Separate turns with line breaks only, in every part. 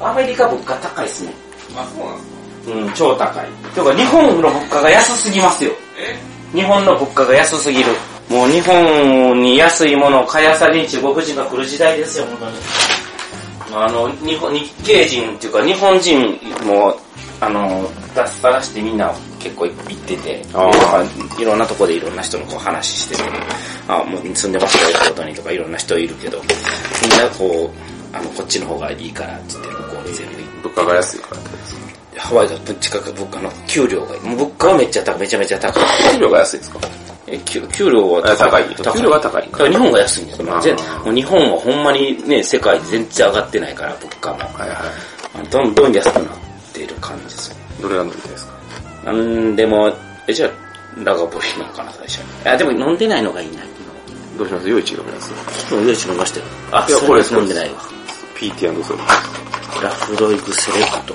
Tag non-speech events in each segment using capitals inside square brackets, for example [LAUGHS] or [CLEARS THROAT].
アメリカ物価高いですね。
あ、そうなんですか。
うん、超高い。てか、日本の物価が安すぎますよ。
え
日本の物価が安すぎる。もう日本に安いものを買いあさりに中国人が来る時代ですよ、本当に。あの、日本、日系人っていうか日本人も、あの、脱サラしてみんな結構行ってて、
あ
いろんなとこでいろんな人のこう話してて、あ、もう住んでますよ、京都にとかいろんな人いるけど、みんなこう、あの、こっちの方がいいからって言って向こうに全部行って。
物価が安い [CLEARS THROAT] からってことですか
ハワイがぶっちかく物価の給料が、もう物価はめっちゃ高い、めちゃめちゃ高い。
給料が安いんですか
え給給料は
あ高い給料が高い
だから日本が安いんですよ。
あー
全もう日本はほんまにね、世界全然上がってないから、物価も。
はいは
あのどんどん安くなっている感じですよ。
い。どれが飲みたいですか
なんでも、え、じゃあ、ラガボリーなのかな、最初に。あ、でも飲んでないのがいいな。
どうしますよいち飲みます
昨日、夜飲みましたよ。あ、
いや
そ
こ
れ
れ
飲んでないわ。
?PT& ソル。
ラフロイグセレクト。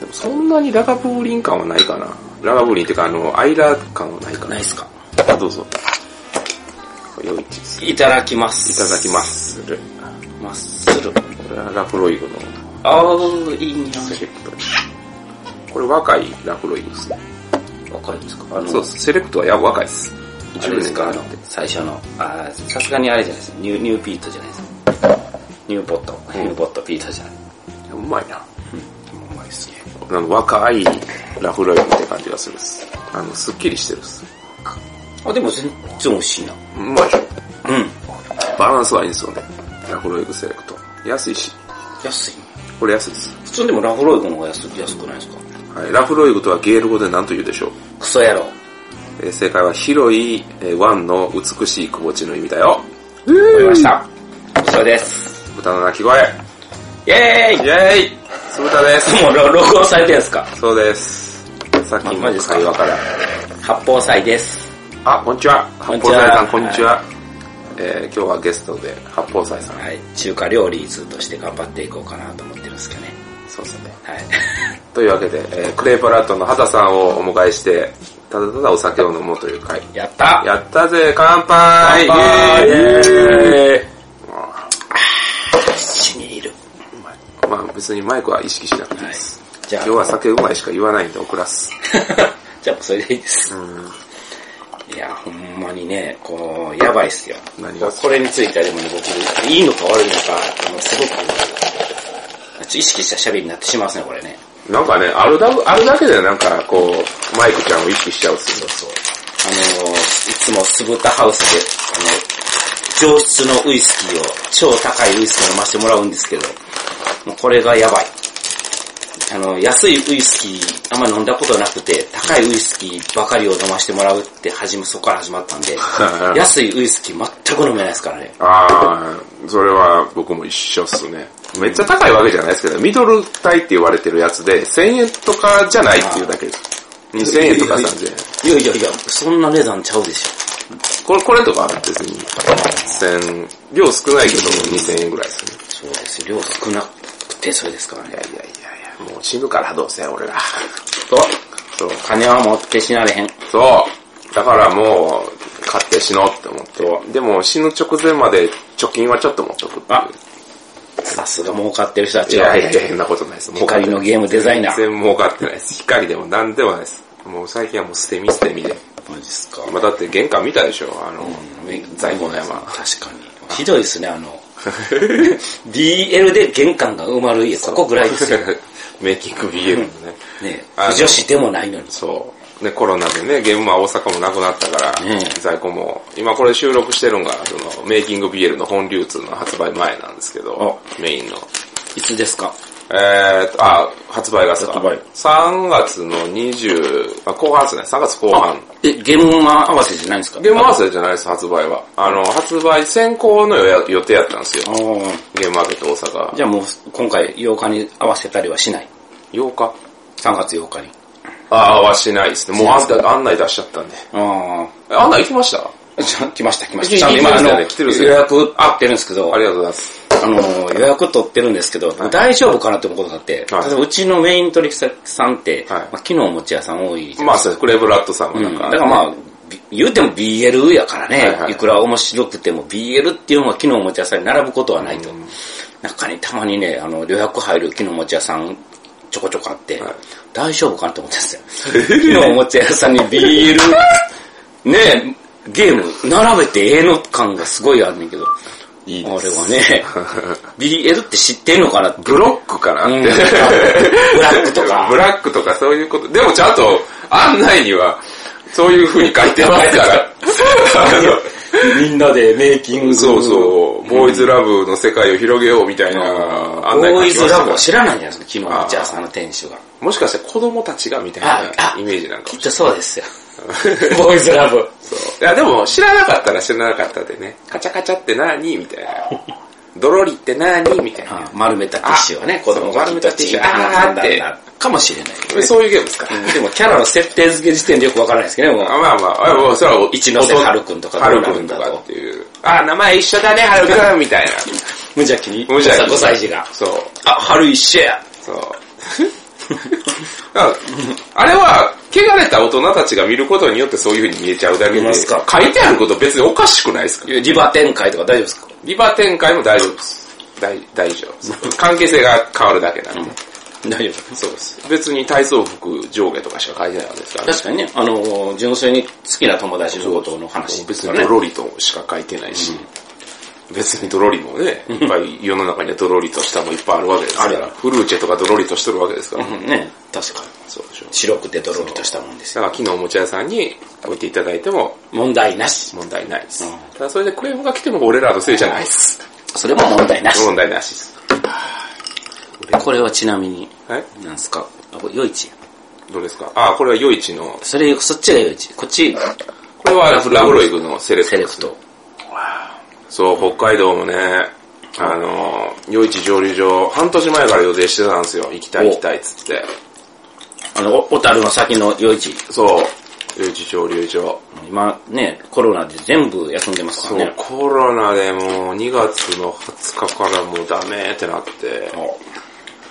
でもそんなにラガブーリン感はないかな。ラガブーリンっていうか、あの、アイラ感はないか
な
ない
っ。すか
あ、どうぞ。よいちです。
いただきます。
いただきます。こ
まっする。
れはラフロイグの
あー、いい匂い。
セレクトこれ若いラフロイグですね。
若いですかあ
そうです。セレクトはや若いです。
あれ
10
です
年か
かあ
ら
の
って。
最初のあーさすがにあれじゃないですニューニューピートじゃないですニューポット、ニューポットピートじゃないう
まいな。
うまいっすね
あの若いラフロイグって感じがするっす。あの、すっきりしてるっす。
あでも全然美味しいな
うまい。
うん
バランスはいいんですよね。ラフロイグセレクト。安いし、
安い
これ安いです。
普通でもラフロイグの方が安安くないですか
はい、ラフロイグとはゲール語で何と言うでしょう。
クソ野郎
えー正解は広い、えー湾の美しい窪地の意味だよ。
わかりましたクソです
豚の鳴き声。イ
イェ
ェ
ーイ
ーイ酢豚です。
もうろ録音されてるんですか
そうです。さっ
あ
き
マジ
の
ですか
会話から。
八宝菜です
あ、こんにちは。
こん
八
にち
宝
は
菜さん、こんにちは。えー今日はゲストで八宝菜さん。
はい中華料理通として頑張っていこうかなと思ってるんですけどね
そうですね。
はい
というわけで、えークレープラットの畑さんをお迎えして、ただただお酒を飲もうという会。
[LAUGHS] やった
やったぜ、乾杯
乾杯
イエーイ
死にいる
まあ別にマイクは意識しなくていい
はい
です。
じゃあ
今日は酒うまいしか言わないんで送らす。
[LAUGHS] じゃあもうそれでいいです。いや、ほんまにね、こう、やばいっすよ。
何が
これについてはでもね、僕、いいのか悪いのか、あの、すごく、ちょ意識した喋りになってしまうんですね、これね。
なんかね、あるだ、あるだけでなんかこう、マイクちゃんを意識しちゃうっすよ。
そう。あのー、いつも酢豚ハウスで、あの、上質のウイスキーを、超高いウイスキーを飲ませてもらうんですけど、もうこれがやばい。あの、安いウイスキー、あんま飲んだことなくて、高いウイスキーばかりを飲ませてもらうって始め、そこから始まったん
[LAUGHS]
で、安いウイスキー全く飲めないですからね。
あー、それは僕も一緒っすね。めっちゃ高いわけじゃないですけど、ミドル帯って言われてるやつで、1000円とかじゃないっていうだけです。2000円とか3000円。
いやいやいや、そんな値段ちゃうでし
これ、これとかは別に、1000、量少ないけど2000円ぐらいですね。
ょ。そうですよ。量少なくて、それですからね
いや。いやいやいや、もう死ぬからどうせ俺ら。
と、
[LAUGHS] そう。
金は持って死なれへん。
そう。だからもう、買って死のうって思って。でも死ぬ直前まで貯金はちょっと持っとくっていう
あさすが儲かってる人たち
いや
が
いやいや、変なことないです。儲かって
光
ない
のゲームデザイナー。
全然儲かってないです。光でも何でもないです。もう最近はもう捨て身捨て身で。
マジっすか。
まあ、だって玄関見たでしょあの、在庫の山。
確かに。ひどいですね、あの。BL で玄関が埋まる家、ここぐらい [LAUGHS] ですよ。ね
[LAUGHS] メイキング BL のね。
え
あの
女子でもないのに。
そう。ね、コロナでね、ゲームは大阪もなくなったから、
うん
在庫も、今これ収録してるんが、その、メイキング BL の本流通の発売前なんですけど、メインの。
いつですか
えーと、あ、発売がですか
発売
3月の20、あ、後半ですね。3月後半。
え、ゲームマ合わせじゃないんですか
ゲーム合わせじゃないです、発売は。あの、発売先行の予予定やったんですよ
あ。ー
ゲームマーケット大阪。
じゃあもう今回8日に合わせたりはしない。
8日
3月8日に。
ああ、はしないですね。もう案内案内出しちゃったんで。
あ
え案内行きました
あ。じゃあ来ました来ま
来
した。
て
ちゃんと今
来
あ
て
の、
るんですよね来てるんです
予
よ
約あってるんですけど、
あ
あ
りがとうございます。
の、予約取ってるんですけど、大丈夫かなって思うことがあって、
はい
例えばうちのメイン取引先さんって、
はい
まあ、機能持ち屋さん多いじゃないですか
まあそうです、クレーブラッドさんは
う
なんん
だ
か、
からまあ、び言うても BL やからね、
はい
い
はい
くら面白くても BL っていうのは機能持ち屋さんに並ぶことはないと。中にたまにね、あの、予約入る木の持ち屋さん、ちょこちょこあって、
はい
大丈夫かなと思ったんですよ。
[LAUGHS]
木の持ち屋さんにビール、ねえゲーム、並べてええの感がすごいあるねんけど、
いい
あれ
で
は
す。
ね、BL って知ってんのかなって。
ブロックかなって。
う
[LAUGHS]
んブラックと
ブ
か。
ラックとかそういうこと。でもちゃんと案内には、そういう風に書いてますから。
みんなでメイキング。
[LAUGHS] そうそう、ボーイズラブの世界を広げようみたいな案内
ボ
書
ーイ
き
ズ
ました
ラ
か
ボ
ら
を知らないんじゃないですか、木の持ち屋さんの店主が。
もしかして子供たちがみたい
あ
な
あ
イメージなんか
き
も
っとそうですよ。 [LAUGHS] ボーイズラブ。
そういやでも知らなかったら知らなかったでね、カチャカチャって何み
[LAUGHS]
たいな。ドロリって何みたいな。
丸めたティッシュはね、子供が
そう丸めたティッシュ
きっと
あー
なんだろうなかもしれないけどね。
そういうゲームですから。
でもキャラの設定付け時点でよくわからないですけどね、もう
あまあまあ、あもうそれは
一ノ瀬春君とか
春君とかっていう。あ、名前一緒だね、春君みたいな。
無邪気に。
無邪気に
5歳児が。
そう、
あ、春一緒や。
そう。 [LAUGHS] だからあれは、汚れた大人たちが見ることによってそういう風に見えちゃうだけ
見
で、
ま
書
すか
いてあること別におかしくないですか
リバ展開とか大丈夫ですか
リバー展開も大丈夫です。大大丈
[LAUGHS]
夫です。関係性が変わるだけなんで。
大丈夫。
そうです。別に体操服上下とかしか書いてないわけですから、
確かにね、あの、純粋に好きな友達のことの話です
別
よ
に
ね
ド。ロリとしか書いてないし、別にドロリもね、いっぱい世の中にはドロリとしたもいっぱいあるわけですか
ある
ら、フルーチェとかドロリとしてるわけですから、
うんね、確かに。
そうでしょ。
白くてドロリとしたもんですよ。
だから昨日おもちゃ屋さんに置いていただいても
問題なし。
問題ないです。
うん
ただそれでクレームが来ても俺らのせいじゃないです。
それも問題なし。
問題なしです。
これはちなみに、
はい
なんですか、あ、これ、夜市や。
どうですかあ、これは余市の、
それ、そっちが夜市。こっち、
これはラブロイグのセレクト
セ
で
レ
す
クト。
そう、北海道もね、あの、余市蒸留所、半年前から予定してたんですよ。行きたい
お
行きたいっつって。
あの、お小樽の先の夜市。
そう、余市蒸留所。
今ね、コロナで全部休んでますか
そう、
らね。
コロナでもう2月の20日からもうダメってなって、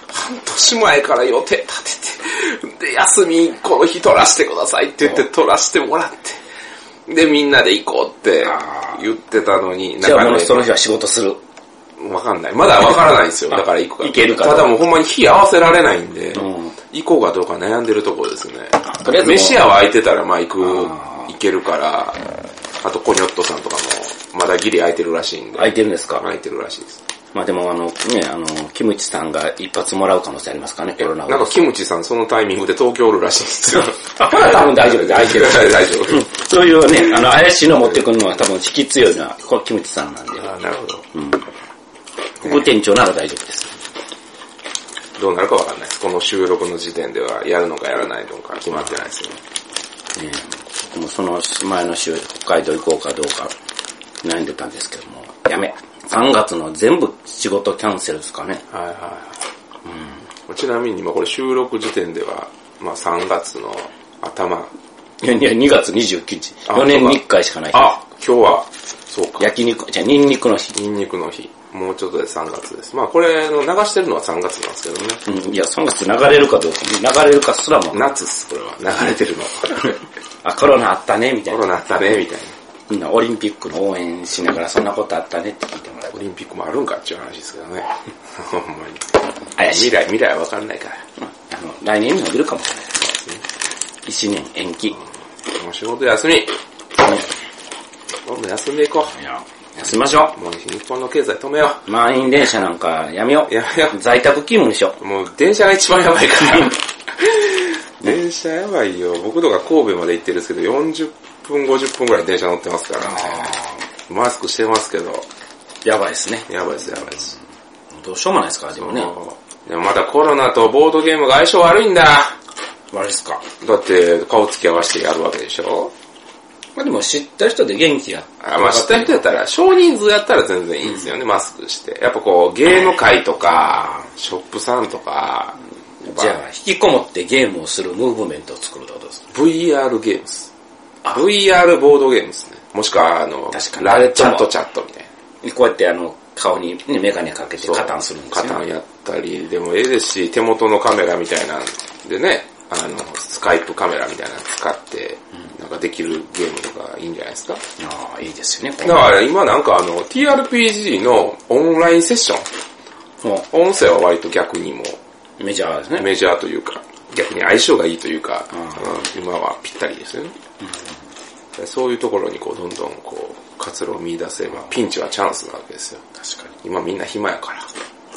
半年前から予定立てて、で、休みこの日取らしてくださいって言って取らしてもらって、で、みんなで行こうって
あー
言ってたのに、
じゃあ
な
もうそ
か
の日は仕事する。
わかんない。まだわからないんですよ。
[LAUGHS] あ
だから行くか。
行けるか
ただもうほんまに日合わせられないんで、
うん
行こうかどうか悩んでるところですね。
とりあえずもう
飯屋は空いてたらまあ行く、
あ
行けるから、あとコニョットさんとかも、まだギリ空いてるらしいんで。
空いてるんですか
空いてるらしいです。
まあでもあの、ね、あの、キムチさんが一発もらう可能性ありますからね、コロナ
なん
は。
かキムチさんそのタイミングで東京おるらしいんですよ。
あ、これは多分大丈夫です。空いてる。
[LAUGHS] 大丈夫。
そういうね、あの、怪しいの持ってくるのは多分引き強いのは、これキムチさんなんで。
あなるほど。
副店長なら大丈夫です。
どうなるかわかんないです。この収録の時点ではやるのかやらないのか決まってないですよね。
ね、僕もその前の週、北海道行こうかどうか悩んでたんですけども、やめ。3月の全部仕事キャンセルですかね。
はいはいはい。ちなみに今これ収録時点では、まあ3月の頭。
いやいや、2月29日。
あ
4年に1回しかない。
あ今日は、そうか。
焼肉、じゃあニンニクの日。
ニンニクの日。もうちょっとで3月です。まあこれの流してるのは3月なんですけどね。
うん、いや、3月流れるかどうか、流れるかすらも、
夏っす、これは。流れて
[LAUGHS]
るの。
あ、コロナあったね、みた
コ
いな
ロナあったね、みたいな。
みんな。オリンピックの応援しながら、そんなことあったねって聞いてもらう
オ。リンピックもあるんかっていう話ですけどね。 [LAUGHS] ほんまに。
怪し
未
い。
来、未来はわかんないから。
うんあの、来年に伸びるかもしれない。1年延期。
もう仕事休み。どんどん休んでいこ
いや休みましょ
う。もう日本の経済止めよ
う。満員電車なんかやめよ
う。やめよ
う。在宅勤務にしよ
う。もう電車が一番やばいから。電車やばいよ。僕とか神戸まで行ってるんですけど、40分、50分ぐらい電車乗ってますからね。マスクしてますけど、
う。やばいですね。
やばいです、やばいです。
どうしようもないですから、でもね。
でもまたコロナとボードゲームが相性悪いんだ。
悪いですか。
だって、顔つき合わせてやるわけでしょ
まあでも知った人で元気や。
あまあ、知った人やったら、少人数やったら全然いいんですよね、マスクして。やっぱこう、ゲーム会とか、ショップさんとか、やっぱ
じゃあ、引きこもってゲームをするムーブメントを作るってことです。
VR ゲームです。VR ボードゲームですね。もしくは、あの
確か、に
ラレチャットチャットみたいな。
こうやってあの、顔にね、メガネかけて加担するんです
カ
よ、
タン
ね。
やったり、でもええですし、手元のカメラみたいなんでね、あの、スカイプカメラみたいなの使って、なんかできるゲームとかいいんじゃないですか。
ああ、いいですよね。こ
だから今なんかあの、TRPG のオンラインセッション。
も
音声は割と逆にも
う、メジャーですね。
メジャーというか、逆に相性がいいというか、
ん
うん今はぴったりですよね。そういうところにこう、どんどんこう、活路を見出せば、ピンチはチャンスなわけですよ。
確か
今みんな暇やから。
に。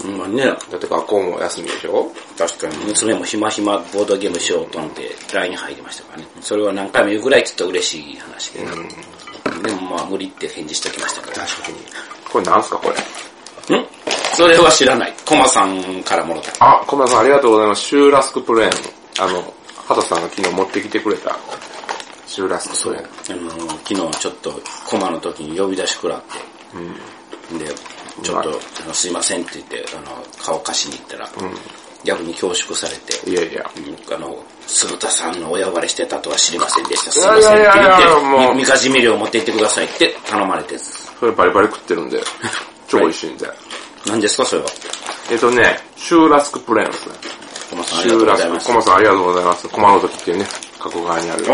ほんまにね。
だって学校も休みでしょ
確かに。娘もひまひまボードゲームしようと思って LINE に入りましたからね。それは何回も言うぐらいちょっと嬉しい話で。でもまあ無理って返事してきましたから。
確かに。これなんすかこれ。
んそれは知らない。コマさんからもろた。
あ、小村さんありがとうございます。シューラスクプレーン。あの、畑さんが昨日持ってきてくれた、シューラスクプレーン。
あの昨日ちょっとコマの時に呼び出し食らって、でちょっと、あのすいませんって言ってあの顔貸しに行ったら、逆に恐縮されて、
いやいや。
うんあの鶴田さんの親呼ばれしてたとは知りませんでしたすいません
い
っ
や
て
い
言
やいや
って
いやもう
みみかじめ料を持って行ってくださいって頼まれて
それバリバリ食ってるん [LAUGHS] で、超美味しいんで。
何ですかそれは
えっとね、シューラスクプレーンですね。
コマさんあ
シ
りが
ュ
とう
ー
ご
ラ
ざいま
スク、
す
コマさんありがとうございます。コマの時っていうね、過去側にある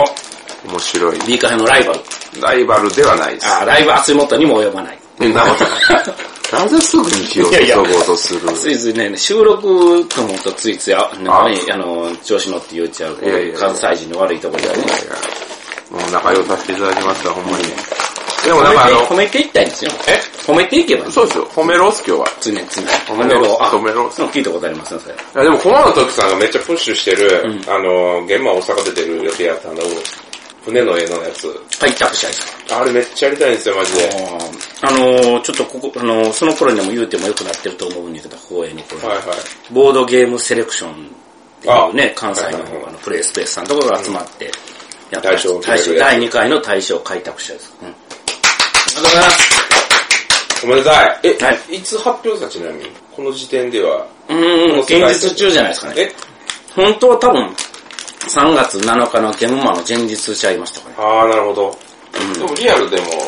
面白い。
B カフェのライバル
ライバルではないです。
あーライバル熱いもとにも及ばない
え、なこと
[LAUGHS]
ない。なぜすぐに火を注ごうとする
ついついね、収録と思うとついつい、あ、なんかねあの、調子乗って言っちゃう、
いやいや
関西人の悪いところだよね。
いやもう仲良くさせていただきました、ほんまに。でもなんかあ
褒
の、
めていきたいんですよ。
え
褒めていけばいい。
そうですよ、褒めろっす今日は。
常々。褒
めろ
あ、
褒めろ
そう聞いたことありますね、それ。
いやでも、コマの時さんがめっちゃプッシュしてる、あの、現場大阪で出る予定やったあの、船の絵のやつ。
はい、キャプチャー
あれめっちゃやりたいんですよ、マジで。
あのー、ちょっとここ、あのー、その頃にも言うてもよくなってると思うんやけど、放映にこれ、
はいはい。
ボードゲームセレクションっていうね
あ、
関西の
はいはいはい
あのプレイスペースさんとかが集まって、やった
大賞を決め
大
る
賞第2回の大賞開拓者です。うん。ありがとうございます。
おめでたい。え、、
はい
つ発表さちなみにこの時点では。
うーん、現実中じゃないですかね。
え
本当は多分、3月7日のゲームマンの前日ちゃいましたかね。
あー、なるほど。でもリアルでも、も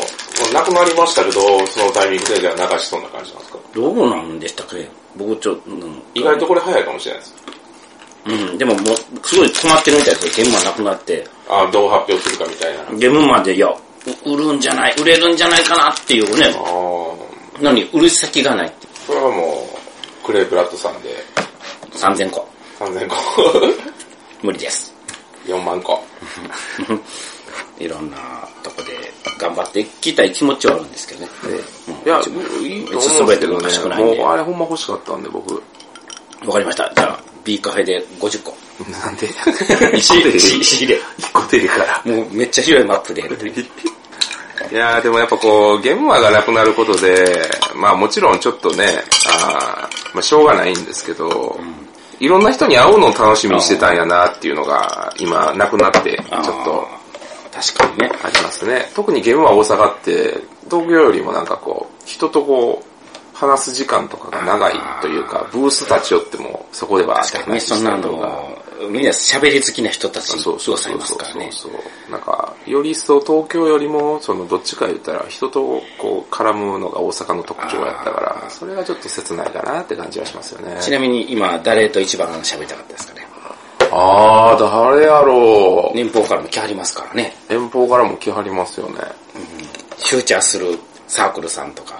うなくなりましたけど、そのタイミングでじゃあ流しそうな感じなんですか
どうなんでしたっけ僕ちょっと、うん
意外とこれ早いかもしれないです。
うん、でももう、すごい止まってるみたいですよ。ゲームマンなくなって。
あー、どう発表するかみたいな。あ
ゲームマンで、いや、う売るんじゃない、売れるんじゃないかなっていうね、
ー、
のに売る先がないって。
これはもう、クレイブラッドさんで
3000個。
3000個。 [LAUGHS]
無理です。
4万個。
いろんなとこで頑張っていきたい気持ちはあるんですけどね。
いや、
いい
いい
と
と
思
思
うん
うん
で
ですす
け
け
どね
ど
も
ね。も
う
う
あ
あれほんま欲しかったんで、僕。
わかりました。じゃあ、B カフェで50個。
なん [LAUGHS] で
石入れ、石入れ。
[LAUGHS] 一個出るから。
もうめっちゃ広いマップで。
いやーでもやっぱこう、ゲームマがなくなることで、まあもちろんちょっとね、あーまあしょうがないんですけど、いろんな人に会うのを楽しみにしてたんやなっていうのが、今なくなって、ちょ
あー
っと
確かにね。
ありますね。特にゲームマ大阪って、東京よりもなんかこう、人とこう、話す時間とかが長いというか、ブース立ち寄ってもそこでは
確かにね、そんなの、みんな喋り好きな人たち
そうそう
さ
そ
れ
う
ます
そう
からね。
そうそうなんか、より一層東京よりも、そのどっちか言ったら人とこう絡むのが大阪の特徴やったから、それがちょっと切ないかなって感じはしますよね。
ちなみに今、誰と一番喋りたかったですかね。
あー、誰やろう。
年俸からも来はりますからね。
遠方からも来はりますよね。
フューチャーするサークルさんとか。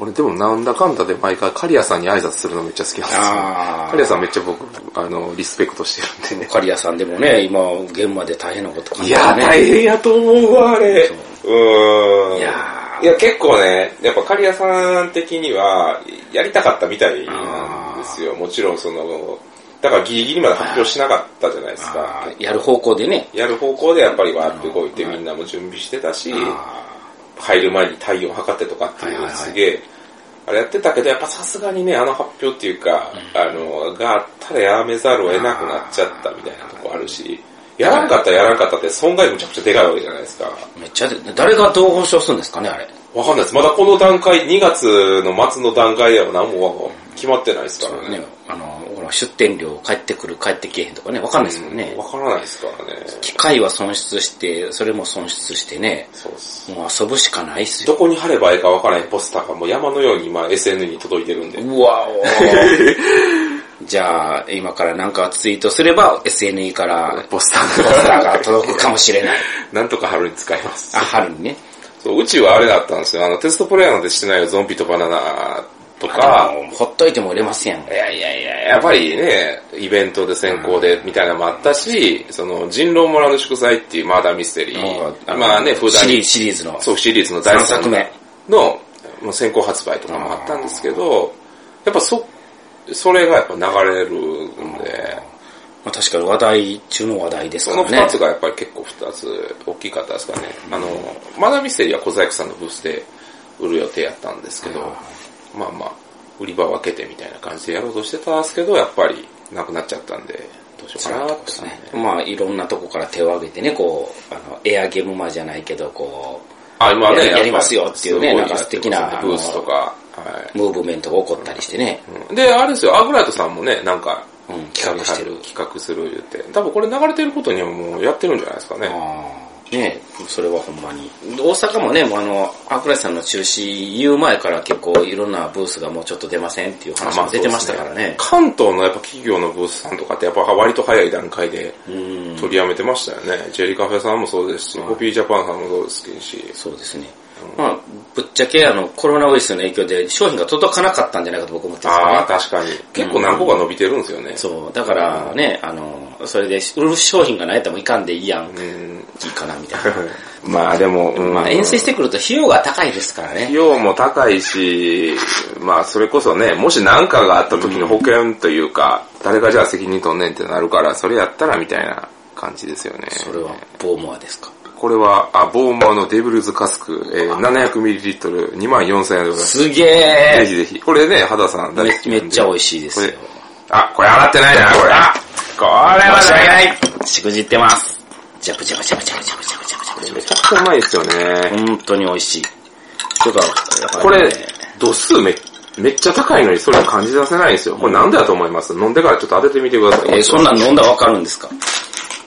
俺でもなんだかんだで毎回カリアさんに挨拶するのめっちゃ好きなんですよ。
あー
カリアさんめっちゃ僕、あの、リスペクトしてるんでね。
カリアさんでもね、今、現場で大変なこと考え
い
て
や、
るね。
大変やと思うわ、あれ。うーん。
いや
いや、結構ね、やっぱ刈谷さん的には、やりたかったみたいなんですよ。もちろん、その、だからギリギリまで発表しなかったじゃないですか。
あーやる方向でね。
やる方向でやっぱりわーって動いてみんなも準備してたし、入る前に体温測ってとかっていう
はいはい
の
はい
すげえ、あれやってたけど、やっぱさすがにね、あの発表っていうか、あの、があったらやめざるを得なくなっちゃったみたいなとこあるし、やらんかったらやらんかったって損害むちゃくちゃでかいわけじゃないですか。
めっちゃで、誰がどう保証するんですかね、あれ。
わかんないです。まだこの段階、2月の末の段階では何も決まってないですからね。
ね、あの、ほら出店料帰ってくる、帰ってけえへんとかね、わかんないですもんね。
わからないですからね。
機械は損失して、それも損失してね、
そうっす。
もう遊ぶしかないっすよ。
どこに貼ればいいかわからないポスターがもう山のように今 SN に届いてるんで。
うわお [LAUGHS] じゃあ、今からなんかツイートすれば、SNE から
ポスタ
ポ
ー
スターが届くかもしれない。
なんとか貼るに使います
[LAUGHS] あ、。春にね。
そう、うちはあれだったんですよ。あの、テストプレイヤーなんてしてないよ、ゾンビとバナナ
とか、
もうほっといても売れますやん。
いやいやいや、やっぱりね、イベントで先行でみたいなのもあったし、その、人狼村の祝祭っていうマーダーミステリー、まあね、普段
シリーズ、シリーズの。
そう、シリーズの第3
三作目
のもう先行発売とかもあったんですけど、やっぱそ、それがやっぱ流れるんで、
まあ、確かに話題中の話題です
そ
か
の
らね。
2つがやっぱり結構2つ大きかったですかね。あの、マダミステリーは小細工さんのブースで売る予定やったんですけど、まあまあ、売り場を分けてみたいな感じでやろうとしてたんですけど、やっぱりなくなっちゃったんで、どうしようかなって
そうですね。まあ、いろんなとこから手を挙げてね、こう、あの、エアゲムマじゃないけど、こ
あ、今
や
ね、
り
っぱ
やりますよっていうね
すご
なんか素敵な
やってますねブースとか、はい。
う、ムーブメントが起こったりしてね。
で、あれですよ、アグライトさんもね、なんか、
うん企画してる
企画する言って。多分これ流れてることにはもうやってるんじゃないですかね。
ああねそれはほんまに。大阪もね、もうあの、アクラさんの中止言う前から結構いろんなブースがもうちょっと出ませんっていう話も出てましたからね。
関東のやっぱ企業のブースさんとかってやっぱ割と早い段階で
うん。
取りやめてましたよね。ジェリーカフェさんもそうですし、コピージャパンさんもそうですし。
そうですね。まあ、ぶっちゃけあの、コロナウイルスの影響で商品が届かなかったんじゃないかと僕思ってますよね
ああ、確かに。結構何個か伸びてるんですよね。
そう、だからね、あの、それで売る商品がないともいかんでいいやん、い
うん。
いかなみたい [LAUGHS] な。
まあでも、うん
まあ遠征してくると費用が高いですから
費
ね。
用も高いし、まあそれこそね、もし何かがあった時の保険というか、誰がじゃあ責任取んねんってなるから、それやったらみたいな感じですよね。
それは、ボーモアですか。
これは、あ、ボーマーのデブルズカスク、えー、700ml、24000円でございます。
すげ
ぜひ
え
ぜひ。これね、肌さん大好き
め
な
めっ
んで
ちゃ美味しいですよ
これ。あ、これ洗ってないな、これ。あ、これは
申し訳
ね
ないしくじってます。ジャブジャブジャブジャブジャブジャブジャブジャブジャブ
めちゃくちゃうまいですよね。
本当に美味しい。というか、
こ
やっ
れ
ぱりね、
度数め、めっちゃ高いのにそれを感じさせないんですよ。これなんでだと思います飲んでからちょっと当ててみてください。
えーそんなん飲んだらわかるんですか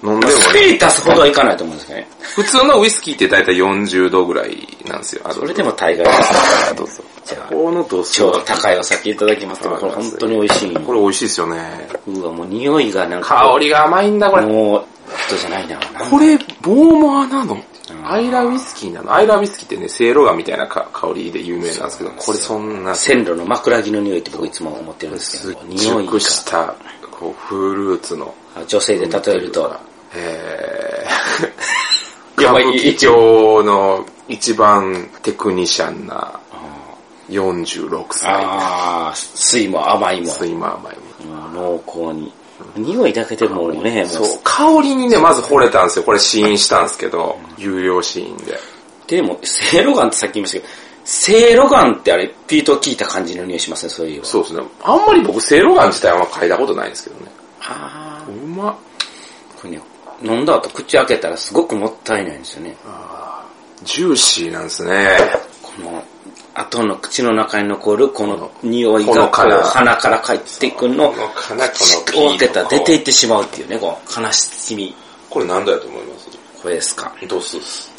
飲んでも
ス
ね、
ピリタスほどはいかないと思うんですけどね。
普通のウイスキーって大体40度ぐらいなんですよ。あ
そ
と
れでも大概ですからね
どうぞ。
じゃあ、
この度数
超
は、
高いお酒いただきますけど、これ本当に美味しい。
これ美味しいですよね。
うわ、もう匂いがなんか、
香りが甘いんだ、これ。
もう、人じゃないな。なん
これ、ボーマーなのアイラウイスキーなのアイラウイスキーってね、セイロガみたいなか香りで有名なんですけど、これそんな、
線路の枕木の匂いって僕いつも思ってるんです
す
け
っ
ど、匂いが
熟した、こう、フルーツの、
女性で例えると、
え [LAUGHS] ー、
や
歌
ばい
舞伎町の一番テクニシャンな46歳。
ああ、水も甘いも、
スイマーマイム。
うん濃厚に。匂いだけでもうね、もう
そう、香りにね、まず惚れたんですよ。これ試飲したんですけど、有料試飲で。
でも、セイロガンってさっき言いましたけど、セイロガンってあれ、ピート聞いた感じの匂いしますね、そういう。
そうですね。あんまり僕、セイロガン自体はあんま嗅いだことないんですけどね。
あ
うまっ。
あ、これね、飲んだ後口開けたらすごくもったいないんですよね。
ジューシーなんですね。
この、後の口の中に残るこの匂い
ほ
が
の
こ
か
う
な
鼻から帰ってくるのを、
このかなこ
口を
の
開けたら出ていってしまうっていうね、こう、悲しみ。
これ何だと思います
これですか。
ドスです。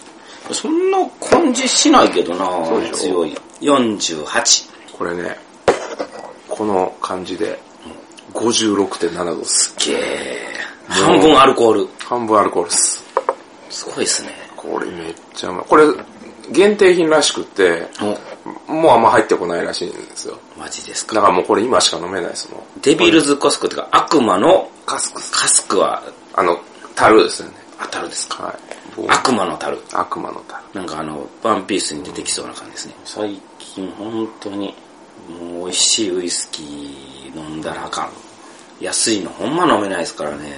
そんな感じしないけどな
そうでしょ
強い。48。
これね、この感じで、56.7度です。
ゲー。半分アルコール。
半分アルコールです。
すごいですね。
これめっちゃうまい。これ、限定品らしくって、
お、
もうあんま入ってこないらしいんですよ。
マジです
だ
か。
からもうこれ今しか飲めないですもん。
デビルズコスクとか悪魔の
カスクス。
カスクは
あの、樽ですよね。
当たるですか。
はい。
悪魔の樽。
悪魔の樽。
なんかあの、ワンピースに出てきそうな感じですね。最近本当に、もう美味しいウイスキー飲んだらあかん。安いのほんま飲めないですからね。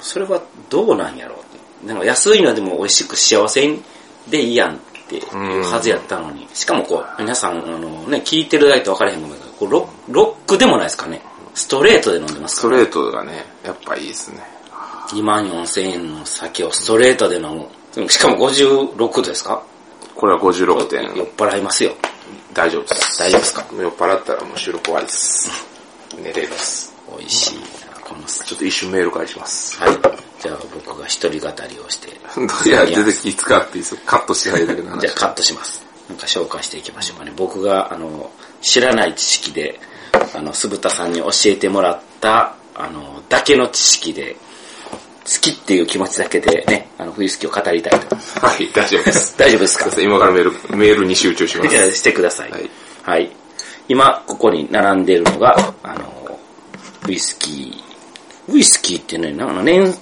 それはどうなんやろうって。なんか安いのでも美味しく幸せでいいやんっていうはずやったのに。しかもこう、皆さん、あのね、聞いてるだけで分からへんと思うけど、こうロロックでもないですかね。ストレートで飲んでますか
スト
ら。
レートがね、やっぱいいですね。
2万4千円の酒をストレートで飲む。しかも56度ですか
これは56
酔
点。
っ払いますよ。
大丈夫です。
大丈夫ですか
酔っ払ったらもう収録終わりです。寝れます。
美味しいな、この
ちょっと一瞬メール返します。
はい。じゃあ僕が一人語りをして、
いや、全然気使っていいですよ。カットしないだけの
じゃあ
話。
カットします。なんか紹介していきましょうかね。僕が、あの、知らない知識で、あの、鈴田さんに教えてもらった、あの、だけの知識で、好きっていう気持ちだけでね、あの、ウイスキーを語りたいと。
はい、大丈夫です。
大丈夫です
すい
か
ません今からメール、メールに集中しま
じゃあ
す。
してください。
はい。
はい。今、ここに並んでるのが、あの、ウイスキー。ウイスキーってね、なんか年、基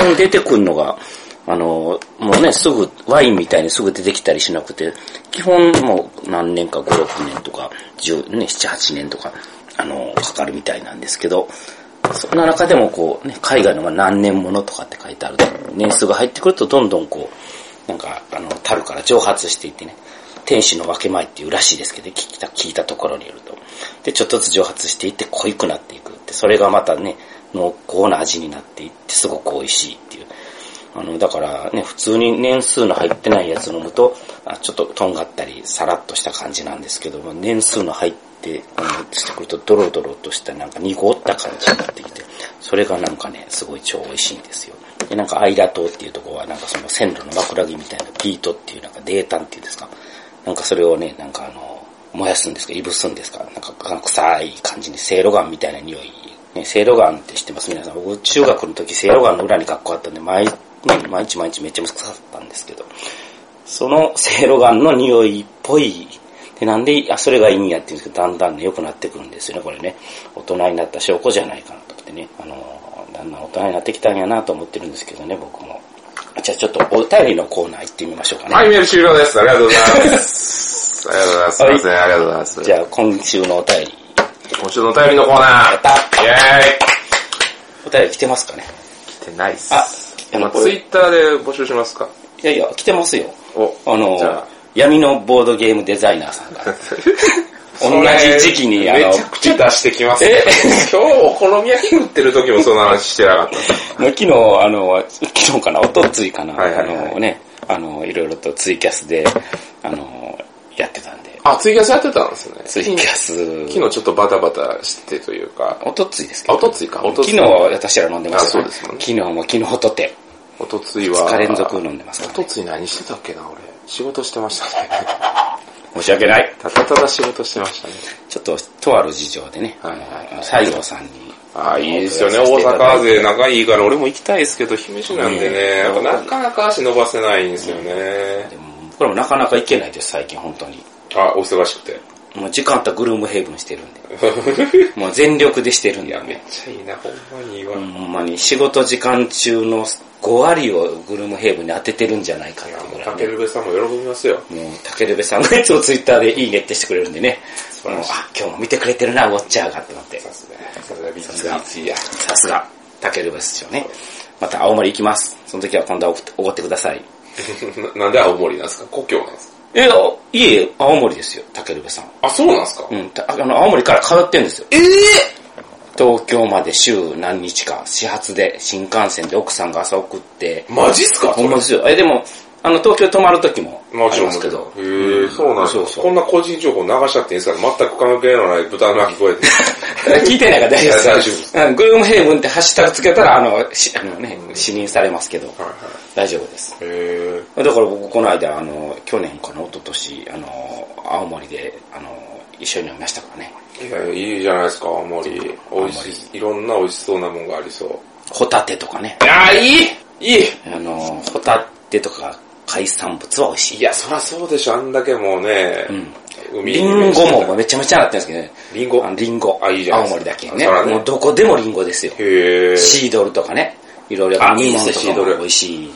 本出てくるのが、あの、もうね、すぐ、ワインみたいにすぐ出てきたりしなくて、基本もう何年か5、6年とか、10、ね、7、8年とか、あの、かかるみたいなんですけど、そんな中でもこう、ね、海外のが何年ものとかって書いてあると、年数が入ってくるとどんどんこう、なんか、あの、樽から蒸発していってね、天使の分け前っていうらしいですけど、ね、聞いた、聞いたところによると。で、ちょっとずつ蒸発していって濃いくなっていくって、それがまたね、濃厚な味になっていって、すごく美味しいっていう。あの、だからね、普通に年数の入ってないやつ飲むと、あちょっととんがったり、さらっとした感じなんですけども、年数の入って、あの、してくるとドロドロとしたなんか濁った感じになってきて、それがなんかね、すごい超美味しいんですよ。で、なんかアイラ島っていうとこは、なんかその線路の枕木みたいなピートっていうなんか泥炭っていうんですか、なんかそれをね、なんかあの、燃やすんですか、いぶすんですか、なんか臭い感じに、せいろがんみたいな匂い。ね、せいろがんって知ってます皆さん。僕、中学の時、せいろがんの裏に学校あったんで、毎、ね、毎日毎日めっちゃ臭かったんですけど、そのせいろがんの匂いっぽい、で、なんで、あ、それがいいんやっていうんですけど、だんだんね、良くなってくるんですよね、これね。大人になった証拠じゃないかなと思ってね、あの、だんだん大人になってきたんやなと思ってるんですけどね、僕も。じゃあちょっとお便りのコーナー行ってみましょうかね。
はい、メール終了です。ありがとうございます。ありがとうございます。すいません、ありがとうございます。
じゃあ今週のお便り。
今週のお便りのコーナー。
やった
イェーイ
お便り来てますかね
来てないっす。
あ、あの、こ
ツイ
れい
ッターで募集しますか
やいや、来てますよ。
お、
あの
じゃあ、
闇のボードゲームデザイナーさんが。
[LAUGHS]
同じ時期に、あ
めちゃくちゃ出してきますね
え。
今日お好み焼き売ってる時もその話してなかった。
の、昨日、あの、昨日かな、おとついかな、
はいはいはい
あのね、あの、いろいろとツイキャスで、あの、やってたんで、
あ、ツイキャスやってたんですね。
ツイキャス、
昨日ちょっとバタバタしてというか、
おとついですけ
あ
ど、
おとついか、おと
昨
つ
日
い。
は私ら飲んでました、
あそうですよね
昨日も昨日とて、
おとつい
2
は。
日連続飲んでますから
おと
ね、
つい何してたっけな、俺。仕事してましたね。
申し訳ない。
ただただ仕事してましたね。
ちょっと、とある事情でね、
はいはいはい
西郷さんに、
ああ、いいですよね。大阪勢仲いいから、俺も行きたいですけど、姫路なんで
ねえ
ね、やっぱなかなか足伸ばせないんですよね。
でも、これもなかなか行けないです、最近、本当に。
あ、お忙しくて。
もう時間あったらグルームヘイブンしてるんで。もう全力でしてるんで、
めっちゃいいな、ほんまにいいわ。
ほんまに仕事時間中の5割をグルームヘイブンに当ててるんじゃないかっていうぐらい
た
ね、
けるべさんも喜びますよ。
もう、竹部さんがいつもツイッターでいいねってしてくれるんでね。もう
らしい
あ、今日も見てくれてるな、ウォッチャーがって思って
さ。すが、さすが、ビッ
すが
ツイや。
さすが、竹部ですよね。また青森行きます。その時は今度はおごってください。
ななんで青森なんですか故郷なんですか
え、いえ、青森ですよ、竹部さん。
あ、そうなんですか
うん、たあの、青森から通ってるんですよ。
ええ
東京まで週何日か始発で新幹線で奥さんが朝送って、
マジっすか
ほんまですよ。え、でも、あの、東京泊まる時もあ
もち
り
ろん
ますけど、
へえ、そうなん
そう
で
そ
す
う
こんな個人情報流しちゃっていいんですか全く関係のない豚の鳴き声
[LAUGHS]
で。
聞いてないから大丈
いや
夫で。
大丈夫です
あのグルームヘイブンってハッシュタグつけたら、あの、しあのね、死認されますけど、
はいは
大丈夫です。
い。へえ。
だから僕、この間、あの、去年かな、一昨年あの、青森で、あの、一緒に飲みましたからね。
いや、いいじゃないですか、青森。美味しい、いろんな美味しそうなもんがありそう。
ホタテとかね。
いや、いいいい
あの、ホタテとか海産物は美味しい。
いや、そらそうでしょ、あんだけもうね、海
リ
に
ン
面して
ゴ
た
もめちゃめちゃなってるんですけどね。
リンゴ
あのリンゴ。
あいいじゃない
青
ですか
森だけね。
そらね
もうどこでもリンゴですよ。
へえ。シ
シードルとかね。いろいろ
あ
飲み物
いい
と
っ
か
すねシード
も
ル
美味しい。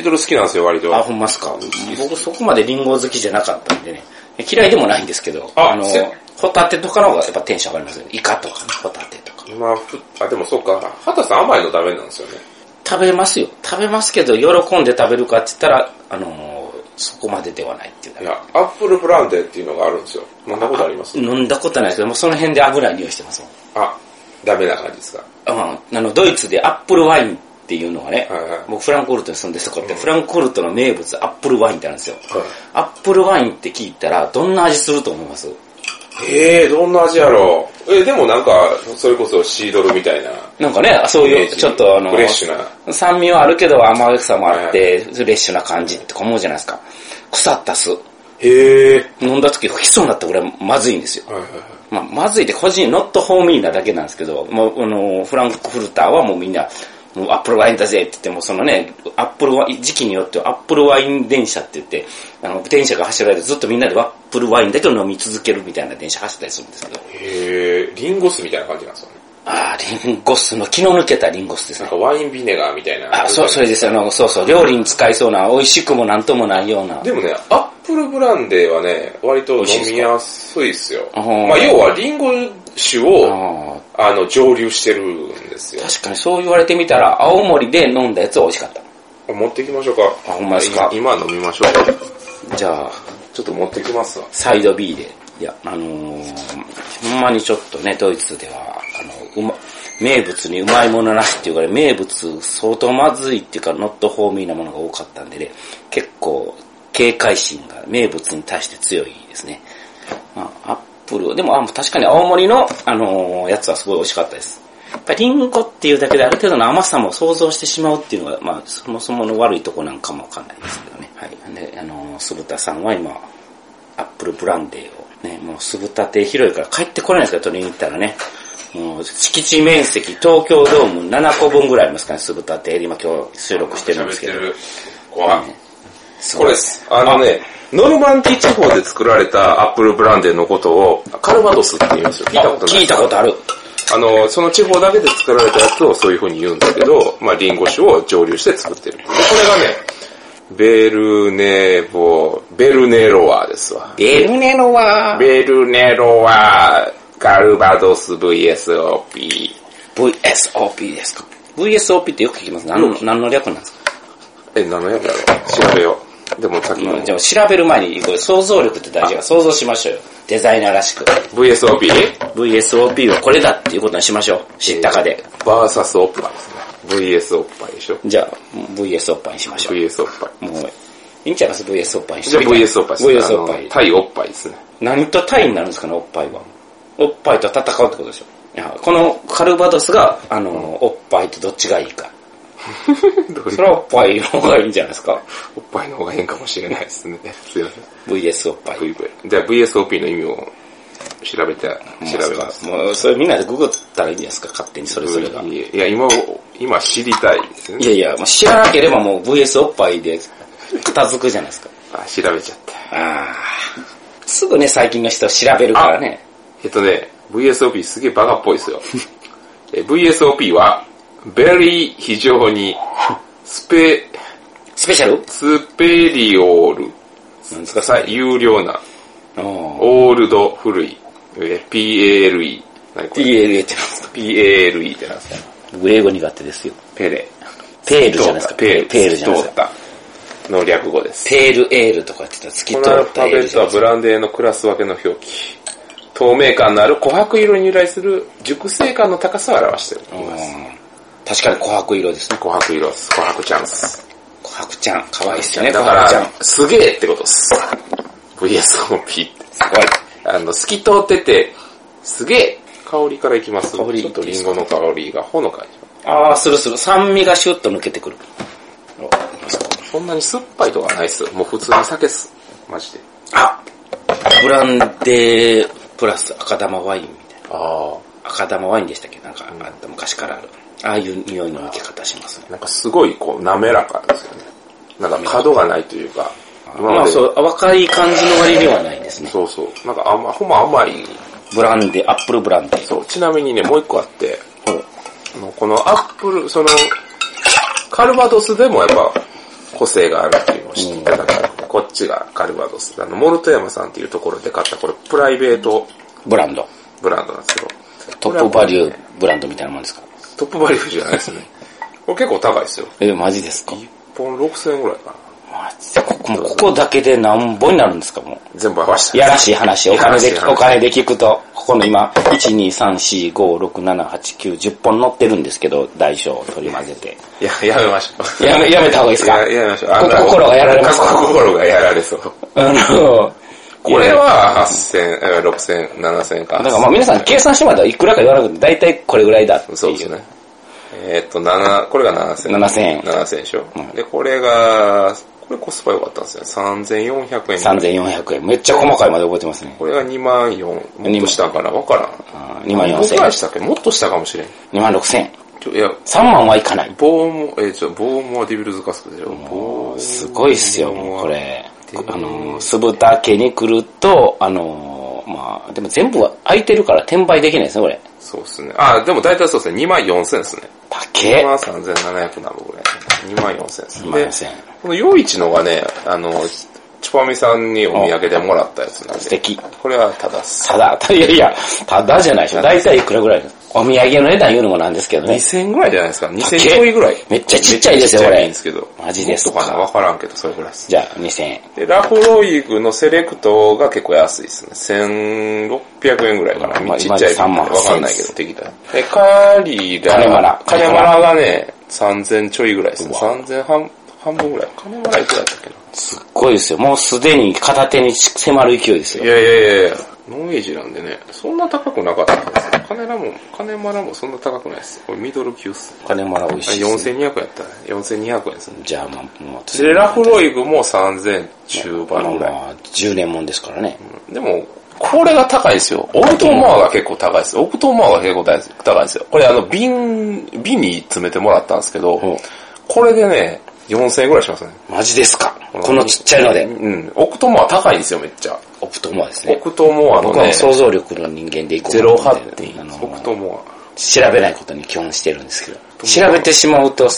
ードル好きなんですよ、割と。
あ、ほんますか。僕そこまでリンゴ好きじゃなかったんでね。嫌いでもないんですけど、
あ
の
せ、
ホタテとかの方がやっぱテンション上がりますよね。イカとかね、ホタテとか。
まあ、ふあ、でもそうか、畑さん甘いのダメなんですよね。
食べますよ。食べますけど、喜んで食べるかって言ったら、あのー、そこまでではないっていうだ
い
け
や、アップルブランデーっていうのがあるんですよ。飲んだことあります
飲んだことないですけど、もうその辺で油い匂いしてますもん。
あ、ダメな感じですか。
うんあの、ドイツでアップルワインっていうのがね、
はいはい
僕フランクフルトに住んでそこって、フランクフルトの名物アップルワインってあるんですよ。
はい
アップルワインって聞いたら、どんな味すると思います
ええどんな味やろう。えでもなんか、それこそシードルみたいな。
なんかね、そう
イ
い
メー
う、
ジ
ちょっとあの、
フレッシュな。
酸味はあるけど甘さもあって、フレッシュな感じって思うじゃないですか。腐った酢。
へえ。
飲んだ時吹きそうになったら俺まずいんですよ。
はいはいはい。
まあ、まずいって個人、ノットホーミーなだけなんですけど、もう、あの、フランクフルターはもうみんな、もうアップルワインだぜって言っても、そのね、アップルワイン、時期によってはアップルワイン電車って言って、あの、電車が走る間ずっとみんなでアップルワインだけを飲み続けるみたいな電車走ったりするんですけど。
へえ、リンゴ酢みたいな感じなんですよね。
あー、リンゴ酢の気の抜けたリンゴ酢です
なん
ね
か。ワインビネガーみたいな。
あ、そう、それです。あの、そうそう、料理に使いそうな、美味しくもなんともないような。
でもね、アップルブランデーはね、割と飲
味しいですか
みやすいっすよ。
あー
まあ、要はリンゴ酒を、
あ
あの、蒸留してるんですよ
ー。確かにそう言われてみたら、青森で飲んだやつは美味しかった。
持ってきましょうか。
あ、ほんまですか。
今飲みましょうか。
じゃあ、
ちょっと持ってきますわ。
サイド B で。いや、あのー、ほんまにちょっとね、ドイツでは、あの、うま、名物にうまいものなしっていうから、名物相当まずいっていうか、ノットホーミーなものが多かったんでね、結構、警戒心が名物に対して強いですね。まあ、アップル、でも、あ、確かに青森の、あのーやつはすごい美味しかったです。やっぱりリンゴっていうだけである程度の甘さも想像してしまうっていうのが、まあ、そもそもの悪いとこなんかもわかんないですけどね。はい。で、あのー、鈴田さんは今、アップルブランデーを。ね、もう酢豚って広いから帰ってこれないですから、取りに行ったらね。もう敷地面積、東京ドーム7個分ぐらいありますからね、酢豚って。今今日収録してるんですけど。
る。怖い
ね。
これです。あのね、ノルマンディ地方で作られたアップルブランデーのことを、カルバドスって言いますよ。聞いたことない。
聞いたことある。
あの、その地方だけで作られたやつをそういう風に言うんだけど、まあ、リンゴ酒を蒸留して作ってる。でこれがね、ベルネーボベルネロワですわ。
ベルネロは、
ベルネロワカルバドス VSOP。
VSOP ですか。VSOP ってよく聞きますね。何の、何の略なんですか
え、何のやつだろう調べよう。でもさっきの
うんでも調べる前に、これ想像力って大事だから想像しましょうよ。デザイナーらしく。
VSOP?
VSOP はこれだっていうことにしましょう。知ったかで。
バーサスオッパですね。VS オッパでしょ
じゃあ、VS おっぱいにしましょう。
?VS オッパ
もう、いいんちゃいます ?VS おっぱいにし
じゃあ VS オッパですね。
VS おっぱ
あの
い。
タイオッパですね。
何とタイになるんですかね、おっぱいは。おっぱいと戦うってことでしょ。いや、このカルバドスが、あの、おっぱいとどっちがいいか。
どういう
それはおっぱいの方がいいんじゃないですか。
[LAUGHS] おっぱいの方が変かもしれないですね。すいません。
VS おっぱい。
VV じゃあ VSOP の意味を調べて、調べます。
もう、それみんなでググったらいいんじゃないですか、勝手にそれぞれが。い
いや、今を、今知りたいですね。
やいや、もう知らなければもう VS おっぱいで片付くじゃないですか。
あ、調べちゃった。
あーすぐね、最近の人は調べるからね。
えっとね、VSOP すげえバカっぽいですよ。え VSOP は、very 非常に、スペ、
スペシャル
スペリオール、
なんですか、
さ、有料な、
おー
オールド、古い、え PALE、何これ
PLA ってなんですか
PALE ってなんですか
僕英語苦手ですよ。
ペレ。
ペールじゃないですか。
ペール。
ペールじゃないですか。
か。の略語です。
ペールエールとかやってたら透き
こ
通
のアル
っ
フ
た
ァ
エー
ベ
ル
ッ
じゃ
ト
ない
は
で
ブ
すか。
ランデーのクラス分けの表記。透明感のある琥珀色に由来する熟成感の高さを表しています。
確かに琥珀色ですね。
琥珀色です。琥珀チャンス。
琥珀ちゃん、可愛いっすよね、琥
だか
珀ちゃん。
ら、すげえってことです。VSOP って。
す
あの、透き通ってて、すげえ香りからいきます。
香り
ちょっとリンゴの香りがほのかにしま
ごい。あー、するする。酸味がシュッと抜けてくる。お
す。そんなに酸っぱいとかないっす。もう普通の酒っす。マジで。
あブランデープラス赤玉ワインみたいな。
ああ。
赤玉ワインでしたっけなんか、あった昔からある。ああいう匂いの抜け方しますね。
なんかすごいこう滑らかですよね。なんか角がないというか、今
ま
ま
あ
で
そう、若い感じの割にはないですね。
そうそう。なんか甘、ほんま甘い。
ブランデー、アップルブランデー。
そう。ちなみにね、もう一個あって、
ほう
あのこのアップル、その、カルバドスでもやっぱ個性があるっていうのを知っていただから、こっちがカルバドス。あの、モルト山さんっていうところで買った、これプライベート
ブランド。
ブランドなんですけど、
トップバリューブランドみたいなもんですか
トップバリューじゃない
[LAUGHS]
ですね。これ結構高いですよ。
え、マジですか
1本6000円ぐらいかな。
マジで、ここもうここだけで何本になるんですか、も
全部合わせ
う。
て。
いやらしい話、お金
いやら
で
しい、話
お金で聞くと、ここの今、1,2,3,4,5,6,7,8,9,10本乗ってるんですけど、大小を取り混ぜて。
いや、やめましょう。
やめ、やめた方がいいですか
ややめましょう。
こ心がやられますか
心がやられそう。
あの、
これは8000、えー6000、7000か。
だからまあ皆さん計算してもらったらいくらか言わなくて、だいたいこれぐらいだっていう。
そうですね。えーっと、7、これが7000。
7000円
7000でしょ。で、これが、これコスパ良かったんですよ。3400円。
3,400円。めっちゃ細かいまで覚えてますね。
これが2万4、もっとしたかなわからん。
2万
僕ぐらい
4,000
したっけもっとしたかもしれん。
円。2万6,000円。
ちょいや、
3万はいかない。
ボーモ、えー、ちょ、ボーモアディビルズカスクでしょ。ボーモア
すごいっすよ、もうこれ。あの、酢豚家に来ると、あの、まあ、でも全部は空いてるから転売できないですね、これ。
そうですね。あ、でも大体そうですね。2万4000ですね。
竹
2万3700何ぐらい。2万4000です
万
ね。
4000
で、この夜市のがね、あの、チョパミさんにお土産でもらったやつなん
素
で、
敵。
これはただっす。
ただ、たいやいや、ただじゃないでしょ。大体いくらぐらいですかお土産の値段言うのもなんですけどね。
2000ぐらいじゃないですか。2000
っけ
ちょいぐらい。
めっちゃちっちゃいですよ
めっちゃちっちゃ
これ
んですけど。
マジですか
もっとかなわからんけど、それぐらいです。
じゃあ、2000円。
で、ラフロイグのセレクトが結構安いですね。1600円ぐらいかな。
まあ
ちっちゃい。
今3万
わかんないけど、できた。で、カリラ。
カネマラ
カネマラがね、3000ちょいぐらいですね。3000半、半分ぐらい。カネマラいくらだったっけな。
すっごいですよ。もうすでに片手に迫る勢いです
い
よ。
やいやいやいや、ノンエイジなんでね、そんな高くなかったんですよ。カネラも、カネマラもそんな高くないです。これミドル級っす。
金もらう美味しいですね。
4200円やったら、4200円ですね。
じゃあ、まあ、もう、
で、ラフロイグも3000中
まあ
盤ぐらい。
まあ、10年もんですからね。
でも、これが高いですよ。オクトーマーが結構高いです。オクトーマーが結構高いですよ。これあの、瓶、瓶に詰めてもらったんですけど、
うん
これでね、4000円ぐらいしますね。
マジですかこのちっちゃいので、
うん。オクトーマー高いんですよ、めっちゃ。
オプトモアです
オ
ね。
クトーマーの
僕はも
ね
う、想像力の人間でいこうと思ってあ
08.1。オク
の
トーマ
調べないことに基本してるんですけど。調べてしまうと、ね、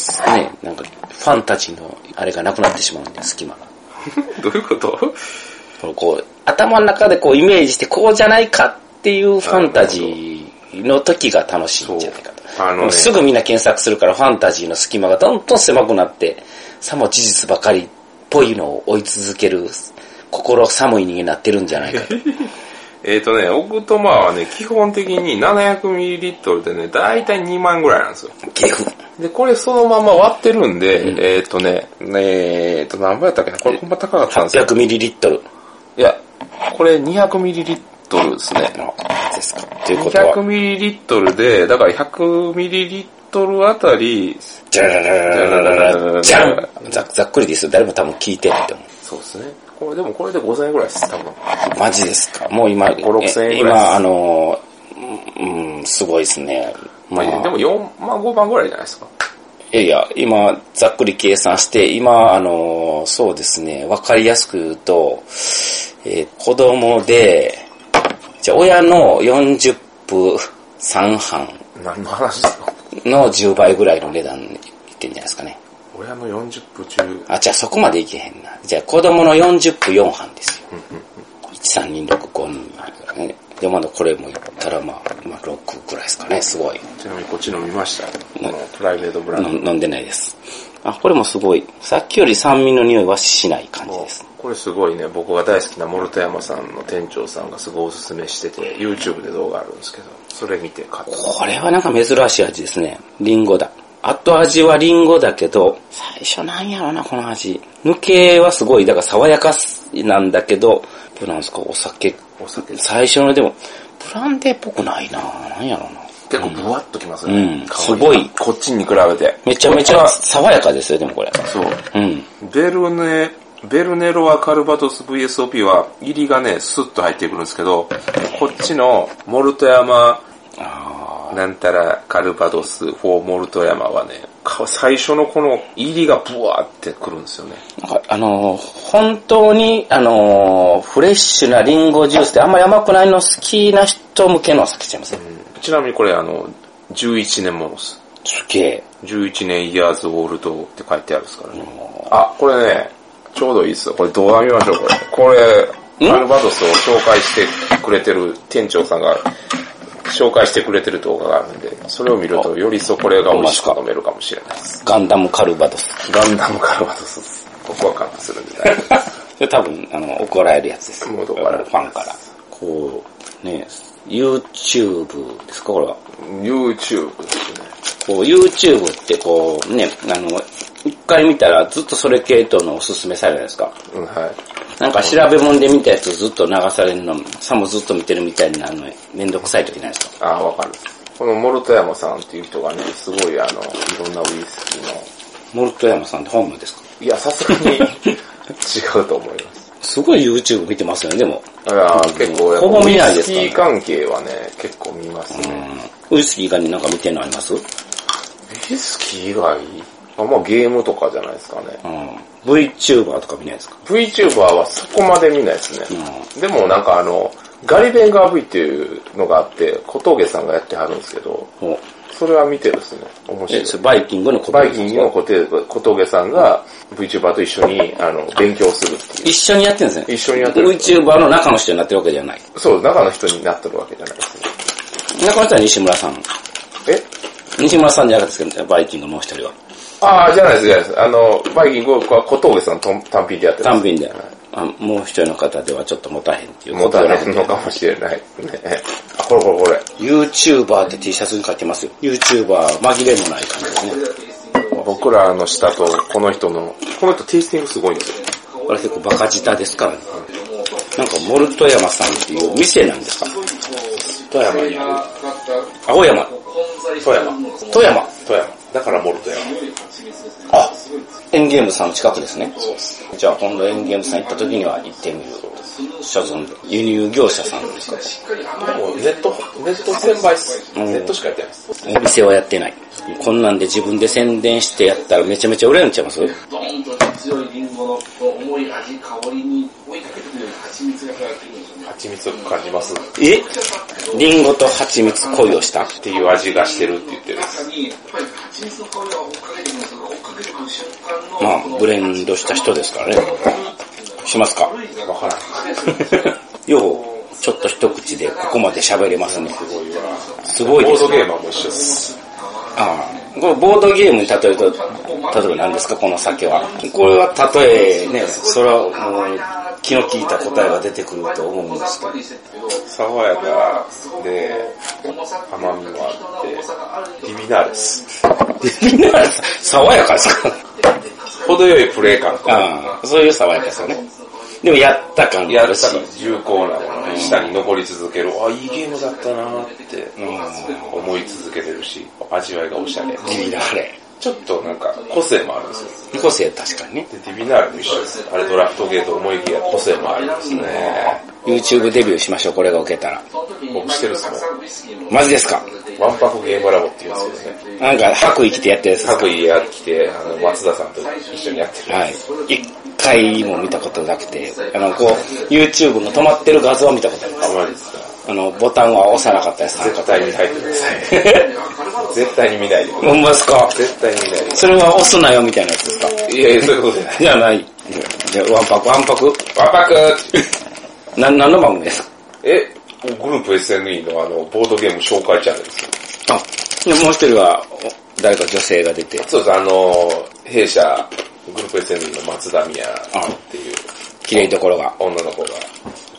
なんか、ファンたちのあれがなくなってしまうんで、隙間が。
[LAUGHS] ー。どういうこと
こう、頭の中でこうイメージして、こうじゃないかっていうファンタジーの時が楽しいんじゃないかと。
そうあのね
もうすぐみんな検索するからファンタジーの隙間がどんどん狭くなって、さも事実ばかりっぽいのを追い続ける、心寒い人間になってるんじゃないかと。
えっ、とね、オクトーマーはね、基本的に 700ml でね、だいたい2万ぐらいなんですよ。
ゲフ。
で、これそのまま割ってるんで、えっ、とね、えっ、と、何倍やったっけなこれほんま高かったんですよ。
100ml
いや、これ200ミリリットルですね。
ですか。ということ
200
は、
ミリリットルで、だから100ミリリットルあたり、
じゃらららららららじゃんざざっくりですよ。誰も多分聞いてないと思う。
そうですね。これでもこれで5000円ぐらいです、多分。
マジですかもう今、
5 6000円ぐらいです
今、あの、うんうん、すごいですね。
まあ、でも4万、5万ぐらいじゃないですか。
いやいや、今、ざっくり計算して、今、あの、そうですね、わかりやすく言うと、えー子供で、じゃあ親の40分3班
何の話ですか
の10倍ぐらいの値段いってんじゃないですかね。
親の40分中、
あ、じゃあそこまでいけへんな。じゃあ子供の40分4班ですよ。13265人。で、まだこれもいったら、まあ、まあ、6ぐらいですかね、すごい。
ちなみにこっちの見ました。このプライベートブランド。
飲ん飲んでないです。あ、これもすごい。さっきより酸味の匂いはしない感じです。
これすごいね、僕が大好きなモルト山さんの店長さんがすごいおすすめしてて、YouTube で動画あるんですけど、それ見て買った。
これはなんか珍しい味ですね。リンゴだ。後味はリンゴだけど、最初なんやろな、この味。抜けはすごい、だから爽やかなんだけど、これなんですか、お酒。
お酒です
最初のでも、ブランデーっぽくないななんやろな。
結構ブワッときます
うん
ね。香り
すごい
こっちに比べて。
めちゃめちゃ爽やかですよ、でもこれ。
そう。
うん。
ベルネ、ベルネロアカルバトス VSOP は、入りがね、スッと入ってくるんですけど、こっちの、モルト山、なんたらカルバドス、フォーモルト山はね、か最初のこの入りがブワーってくるんですよね。
なんか、あのー本当に、あのーフレッシュなリンゴジュースであんまり甘くないの好きな人向けの好きちゃいますね。
ちなみにこれあの、11年ものです。
すげえ。
11年イヤーズオールドって書いてあるですからね。あ、これね、ちょうどいいっすよ。これ動画見ましょう、これ。これ、
ん
カルバドスを紹介してくれてる店長さんが、紹介してくれてる動画があるんで、それを見るとより一層これが美味しく飲めるかもしれないです。
ガンダムカルバドス。
ガンダムカルバドスです。僕はカットするんで大丈夫です。
それ多分、あの、怒られるやつです。
もう怒られる
ファンから。こう、ね、YouTube ですか、これは。
YouTube ですね。
こう、YouTube ってこう、ね、あの、一回見たらずっとそれ系統のおすすめされるじゃないですか。
うん、はい。
なんか調べ物で見たやつずっと流されるの、さもずっと見てるみたいなの、めんどくさい時ないですか。
あ、わかる。このモルト山さんっていう人がね、すごいあの、いろんなウイスキーの、
モルト山さんって本名ですか
いや、さすが
[LAUGHS]
に違うと思います。
すごい YouTube 見てますよね、でも。
いやー結構、
ほぼ見ないです
ウ
からね
イスキー関係はね、結構見ます
う
ね。
んウイスキーがね、なんか見てるのあります
景色以外、あまあゲームとかじゃないですかね。
うん。VTuber とか見ないですか
VTuber はそこまで見ないですね。でもなんかあの、ガリベンガー V っていうのがあって、小峠さんがやってはるんですけど、
ほう
それは見てるですね。面白
え
い。
それバイキングのこと
バイキングの小手小峠さんが VTuber と一緒にあの勉強するっていう。
一緒にやってるんですね。
一緒にやってる
VTuber の中の人になってるわけじゃない。
そう、中の人になってるわけじゃないですね。
中の人は西村さん。
え
西村さんじゃなかったですけど、バイキングのもう一人は。
ああ、じゃないです、じゃないです。あの、バイキングは小峠さんと単品でやってる
単品で。あもう一人の方ではちょっと持たへんっていう。
持たれるのかもしれないですね。あ、これこれこれ。
YouTuber って T シャツに書いてますよ。YouTuber 紛れもない感じですね。
僕らの下とこの人の、この人テイスティングすごいんですよ。
これ結構バカ舌ですからね。なんか、モルト山さんっていう店なんですか富山にある。青山。
富山。
富山。
富山。だからモルト山。
あ、エンゲームさんの近くですね。じゃあ今度エンゲームさん行った時には行ってみる。所存で。輸入業者さんですか
もうネット、ネット専売っす。
うん
ネットしかやってないです。
お店はやってない。こんなんで自分で宣伝してやったらめちゃめちゃ売れるんちゃいます
ドーンと強いリンゴの重い味、香りに追いかけてくるように蜂蜜がかかってくるんですよね。
蜂蜜を感じますっ
えリンゴと蜂蜜恋をした
ていう味がしてるって言ってるんです。
中に、やっぱり蜂蜜の香りが追っかけてくるんですけど、追っかけてくる瞬間の、
まあ、ブレンドした人ですからね。します [LAUGHS] か
わからん。
よう、ちょっと一口でここまで喋れますね。すごい
ボ
で
ー
す
ド
ね。
ゲームはもう一緒です。
ああこれボードゲームに例えると、例えば何ですか、この酒は。これは例えね、それはもう気の利いた答えが出てくると思うんですけど。
爽やかで、甘みもあって、ビビナーです。
[LAUGHS] みんな爽やかですか
程よいプレイ感と、
ああそういう爽やかさね。でもやった感が
や
あ
る
る
し
し。、
重厚なものに下に残り続ける。あ、いいゲームだったなーって
ん
思い続けてるし、味わいがおしゃれ。
ビビナーレ。
ちょっとなんか個性もあるんですよ。
個性確かにね。
で、ディビナールも一緒です。あれドラフトゲーと思いきや個性もあるんですね。
YouTube デビューしましょう、これが受けたら。
僕してるっすもん。
マジですか
ワンパクゲームラボって言うんですけどね。
なんか白衣着てやってるやつですか
各家来て、あの、松田さんと一緒にやってる。
はい。一回も見たことなくて、あの、こう、YouTube の止まってる画像は見たことありま
あ
す。
まりですか。
あの、ボタンは押さなかったやつなんか
絶対に入ってくださ [LAUGHS] い。絶対に見ないでくだ
ほんまですか
さい。絶対に見ないでく
それは押すなよみたいなやつですか
ださい。いやいや、そういうことじゃない。
じゃない。じゃあ、ワンパク、ワンパク
ワンパク
な、何の番組ですか
え、グループ SNE のあの、ボードゲーム紹介チャンネルですよ。
あ、でもう一人は、お誰か女性が出て。
そうです、あの、弊社、グループ SNE の松田美也っていう
綺麗どころが。
女の子が、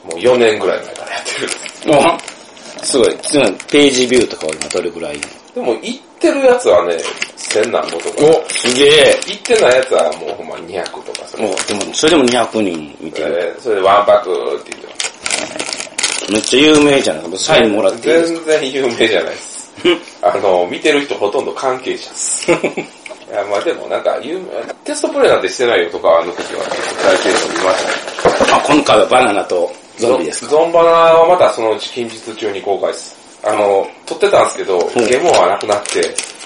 もう4年ぐらい前からやってるんです。
おすごい。つまりページビューとかは今どれぐらい
でも行ってるやつはね、千何個とか。
すげえ。
行ってないやつはもうほんま200とかそ
お
れ。
でも、それでも200人見てる。
えーそれでワンパクって言ってます。
めっちゃ有名じゃないですか。サインもらっていいですか
全然有名じゃな
[LAUGHS]
いです。あの、見てる人ほとんど関係者です。いや、まあでもなんか、有名テストプレイなんてしてないよとか、あの時は、大抵の見ましたね
[LAUGHS] あ、今回はバナナとゾンビですか。
ゾンバナはまたそのうち近日中に公開です。あの、撮ってたんですけど、ゲモはなくなって、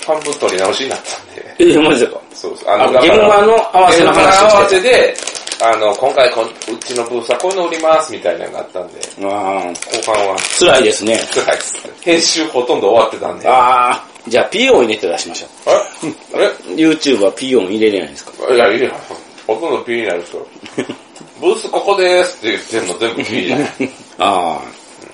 半分撮り直しになったんで。
ええ、マジでか。
そうそう。
あ現場の合わせの話を
現場の合
し
わ
て
せで、あの、今回こんうちのブースはこういうの売りますみたいなのがあったんで、
あー
後半は
辛いですね。
辛いです。編集ほとんど終わってたんで。あ
ああ。じゃあ PO を入れて出しましょ
れあれ
う。YouTube は PO を入れれないんですか
いや、いいや。ほとんど P になる [LAUGHS] 人。ブースここですって言ってんの全部 P じ [LAUGHS] ゃない。
[LAUGHS] ああ。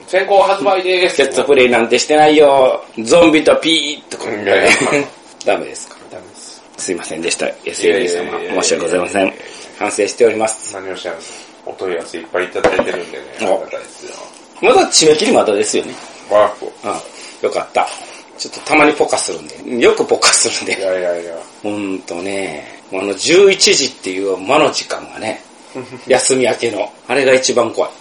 先行発売でーす。
セットプレイなんてしてないよ。ゾンビとピーとか。
いやいや
ダメですか。
ダメです。
すいませんでした。SUD 様
いやいやいやい。や
申し訳ございません。反省しております。
何をしちゃうんですお問い合わせいっぱいいただいてるんでね。あり
お
がたいですよ。
まだ締め切りまだですよね。
ワーク。
ああ、よかった。ちょっとたまにポカするんで。よくポカするんで
い。やいやいや。
ほんとね、あの11時っていう間の時間がね、
[LAUGHS]
休み明けの、あれが一番怖い。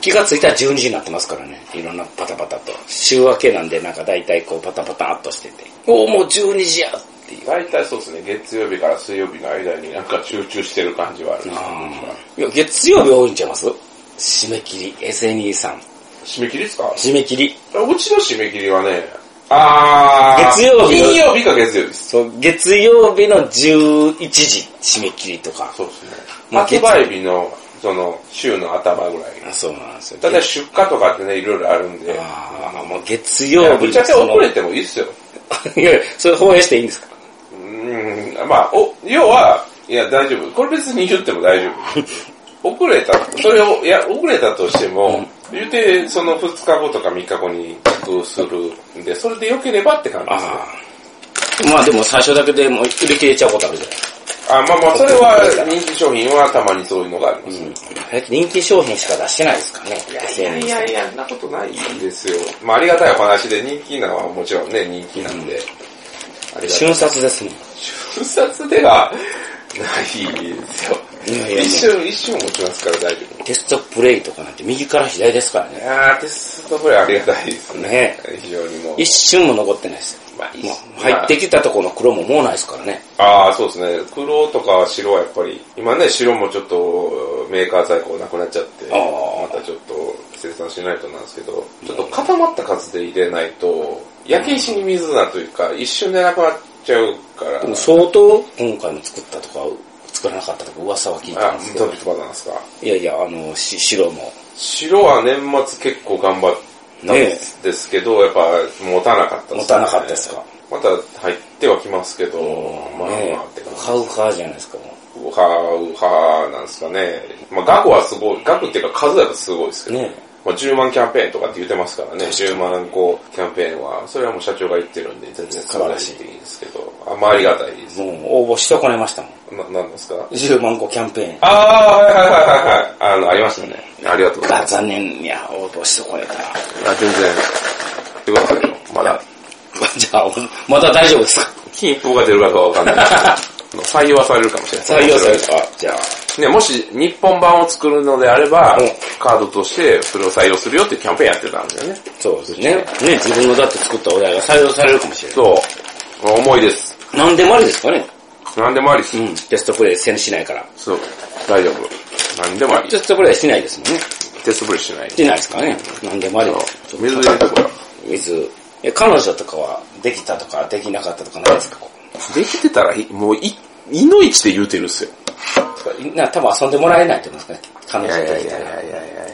気がついたら12時になってますからね、いろんなパタパタと。週明けなんでなんか大体こうパタパタっとしてて、おおもう12時やっていう。
大体そうですね、月曜日から水曜日の間になんか集中してる感じはあるな。
いや、月曜日多いんちゃいます締め切り、SNE さん。
締め切りですか
締め切り。
うちの締め切りはね、あー。
月曜日
金曜日か月曜日です。
そう、月曜日の11時締め切りとか。
そうですね。
まあ月
発
曜
売日の、その、週の頭ぐらい。
あそうなんですよ。
ただ出荷とかってね、いろいろあるんで。い
あーもう月
や
曜日
ぶっちゃけ遅れてもいいっすよ。
[LAUGHS] いやいや、それ放映していいんですか
うーん、まあ、お、要は、いや、大丈夫。これ別に言っても大丈 [LAUGHS] 夫。遅れた、それを、いや、遅れたとしても、言うて、その2日後とか3日後に着するんで、それで良ければって感じですね。
あ。まあでも最初だけでもう売り切れちゃうことあるじゃない
あまあまあ、それは人気商品はたまにそういうのがあります。
え人気商品しか出してないですかね。いや
いやいや、そんなことないんですよ。まあ、ありがたいお話で、人気なのはもちろんね、人気なんで。ありがたい。
瞬殺ですもん。
瞬殺ではないですよ。
いやいや
一瞬、一瞬持ちますから大丈夫。
テストプレイとかなんて右から左ですから
い
ね。
やー、テストプレイありがたいですね。
ね
非常にもう。
一瞬も残ってないですよ。
まあ、いい
もう
ま
入
あ
ってきたところの黒ももうないですからね。
ああ、そうですね。黒とか白はやっぱり、今ね、白もちょっとメーカー在庫なくなっちゃって、
あー
またちょっと生産しないとなんですけど、ちょっと固まった数で入れないと、焼け石に水なというか、一瞬でなくなっちゃうから、
でも相当今回の作ったとか、作らなかったとか噂は聞いたん
あ
で、すけ
どう
ど
い。うことなんですか。
いやいや、あの、し白も。
白は年末結構頑張ったん
ね
ですけど、やっぱ持たなかったですね。
持たなかったですか。
また入ってはきますけど、まあ
ね
まあって感じ。
買うかじゃないですか。も
ウハウハなんですかね。まあ、額はすごい、額っていうか数はすごいですけ
う
ど、
ね
まあ、10万キャンペーンとかって言ってますからね、10万個キャンペーンは、それはもう社長が言ってるんで、全然
素晴らしい
いいんですけど、あまあ、ありがたいです。
もう応募してこねましたもん。
な、なんですか
10万個キャンペーン。
ああ、はいはいはいはいはい。あの、ありましたね。ありがとうござい
が
ます。
残念いや、応募してこねえから。
あ全然、ってことだけど、まだ、
じゃあ、まだ大丈夫ですか
金一封が出るかどうかわかんないですけど採用はされるかもしれない。
ですかじゃあ。
ね、もし日本版を作るのであれば
うん、
カードとしてそれを採用するよっていうキャンペーンやってたんだよね。
そうですね。ね、自分のだって作ったお題が採用されるかもしれな
そう。重いです。
い。なんでもありですかね
何でもありです。
うん。テストプレイせんしないから。
そう。大丈夫。何でもあり
テ。ストプレイしないですもんね。
テストプレイしない。
しないですからね。なんでもありです。
そう水入れとこよ。
水。え、彼女とかはできたとかできなかったとかないですかこ
できてたら、いもう、い、いのいちで言うてるっすよ。
うな、多分遊んでもらえないと思いますかね。彼女できたら。
いやいやいや。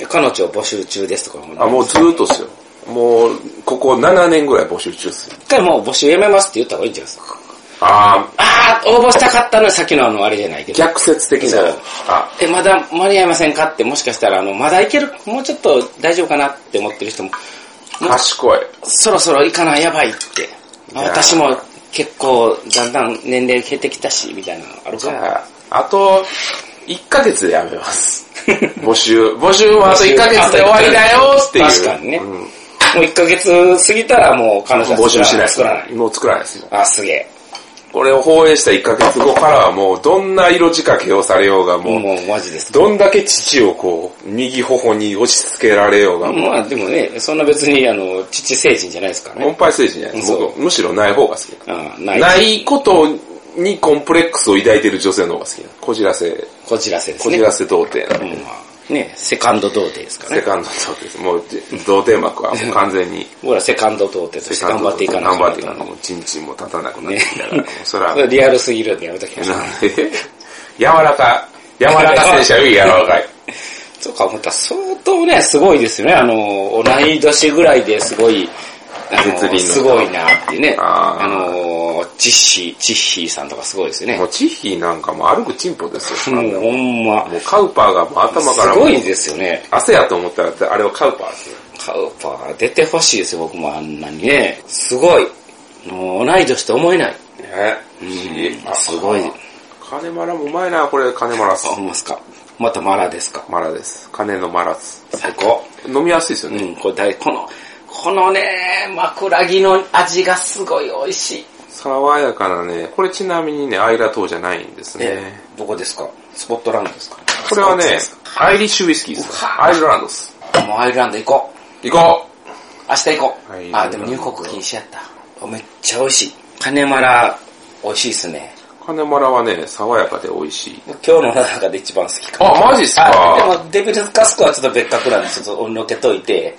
え彼女を募集中ですとかもね
あ、もうずーっとっすよ。もう、ここ7年ぐらい募集中っすよ。
一回もう募集やめますって言った方がいいんじゃないですか。
あ
あー、応募したかったのはさっきのあの、あれじゃないけ
ー、
ど。
逆説的
そ
な
う。
あ、
え、まだ間に合いませんかって、もしかしたら、あの、まだいける、もうちょっと大丈夫かなって思ってる人も、もう
賢い。
そろそろ行かないやばいって。あ
いやー
私も結構、だんだん年齢減ってきたし、みたいなのある
じ
かも。
ゃあ、あと、1ヶ月でや
[LAUGHS]
めます。募集。募集はあと1ヶ月で終わりだよっていう。
確かにね。
うん
もう1ヶ月過ぎたらもう彼女は
募集しないです
作らない。
もう作らないですよ。
あ、すげえ。
これを放映した1ヶ月後からはもうどんな色仕掛けをされようがもう、
もうマジです。
どんだけ父をこう、右頬に押し付けられようがもう、
まあでもね、そんな別にあの、父成人じゃないですから
音
ね。
配精神じゃないです。
そう
僕、むしろない方が好きな
あ
の。
ない。
ないことにコンプレックスを抱いてる女性の方が好きなの。こじらせ、
こじらせです
こじ
ね。
らせ童貞なの。
うんまあね、セカンド童貞ですから
セ
ね。
カンド童貞です。もう、童貞幕はもう完全に。
僕らセカンド童貞として頑張っていかない
頑張っていかない。もう、ちんちんも立たなくなってきたから、もうそら、
[LAUGHS] それリアルすぎるんでやめときましょう。
なんで、柔らか、柔らか選手はより柔らかい。
そうか、また相当ね、すごいですよね。あの、同い年ぐらいですごい、あ
絶倫
の、
の
すごいなっていうね。
あ
あ
ー
の、チッヒー、チッヒーさんとかすごいですよね
も。う、チッヒーなんかもう歩くチンポですよ。
もうほんま、
もう、カウパーがもう頭
す
からも
ご
う、
いですよね。
汗やと思ったら、あれはカウパーですよ。
カウパー出てほしいですよ、僕もあんなにね。すごい。もう同い年と思えない。
ね。
うん、すごい。
金マラもうまいな、これ、金マラス
あ、。ほんまっすか。またマラですか。
マラです。金のマラス。
最高。
飲みやすいですよ
う
ね。
ん、これ大、この、このね、枕木の味がすごい美味しい。
爽やかなね、これちなみにね、アイラ島じゃないんですね。
どこですかスポットランドですか
これはね、アイリッシュウイスキーです。アイルランドです。
もうアイルランド行こう。
行こ
明日行こう。
はい
あ、でも入国禁止やった。めっちゃ美味しい。金マラ、美味しいっすね。
う金マラはね、爽やかで美味しい。
今日の中で一番好きかも。
あ、マジっす
あ、
か
でもデビルズカスクはちょっと別格なんで、ちょっとおのけといて、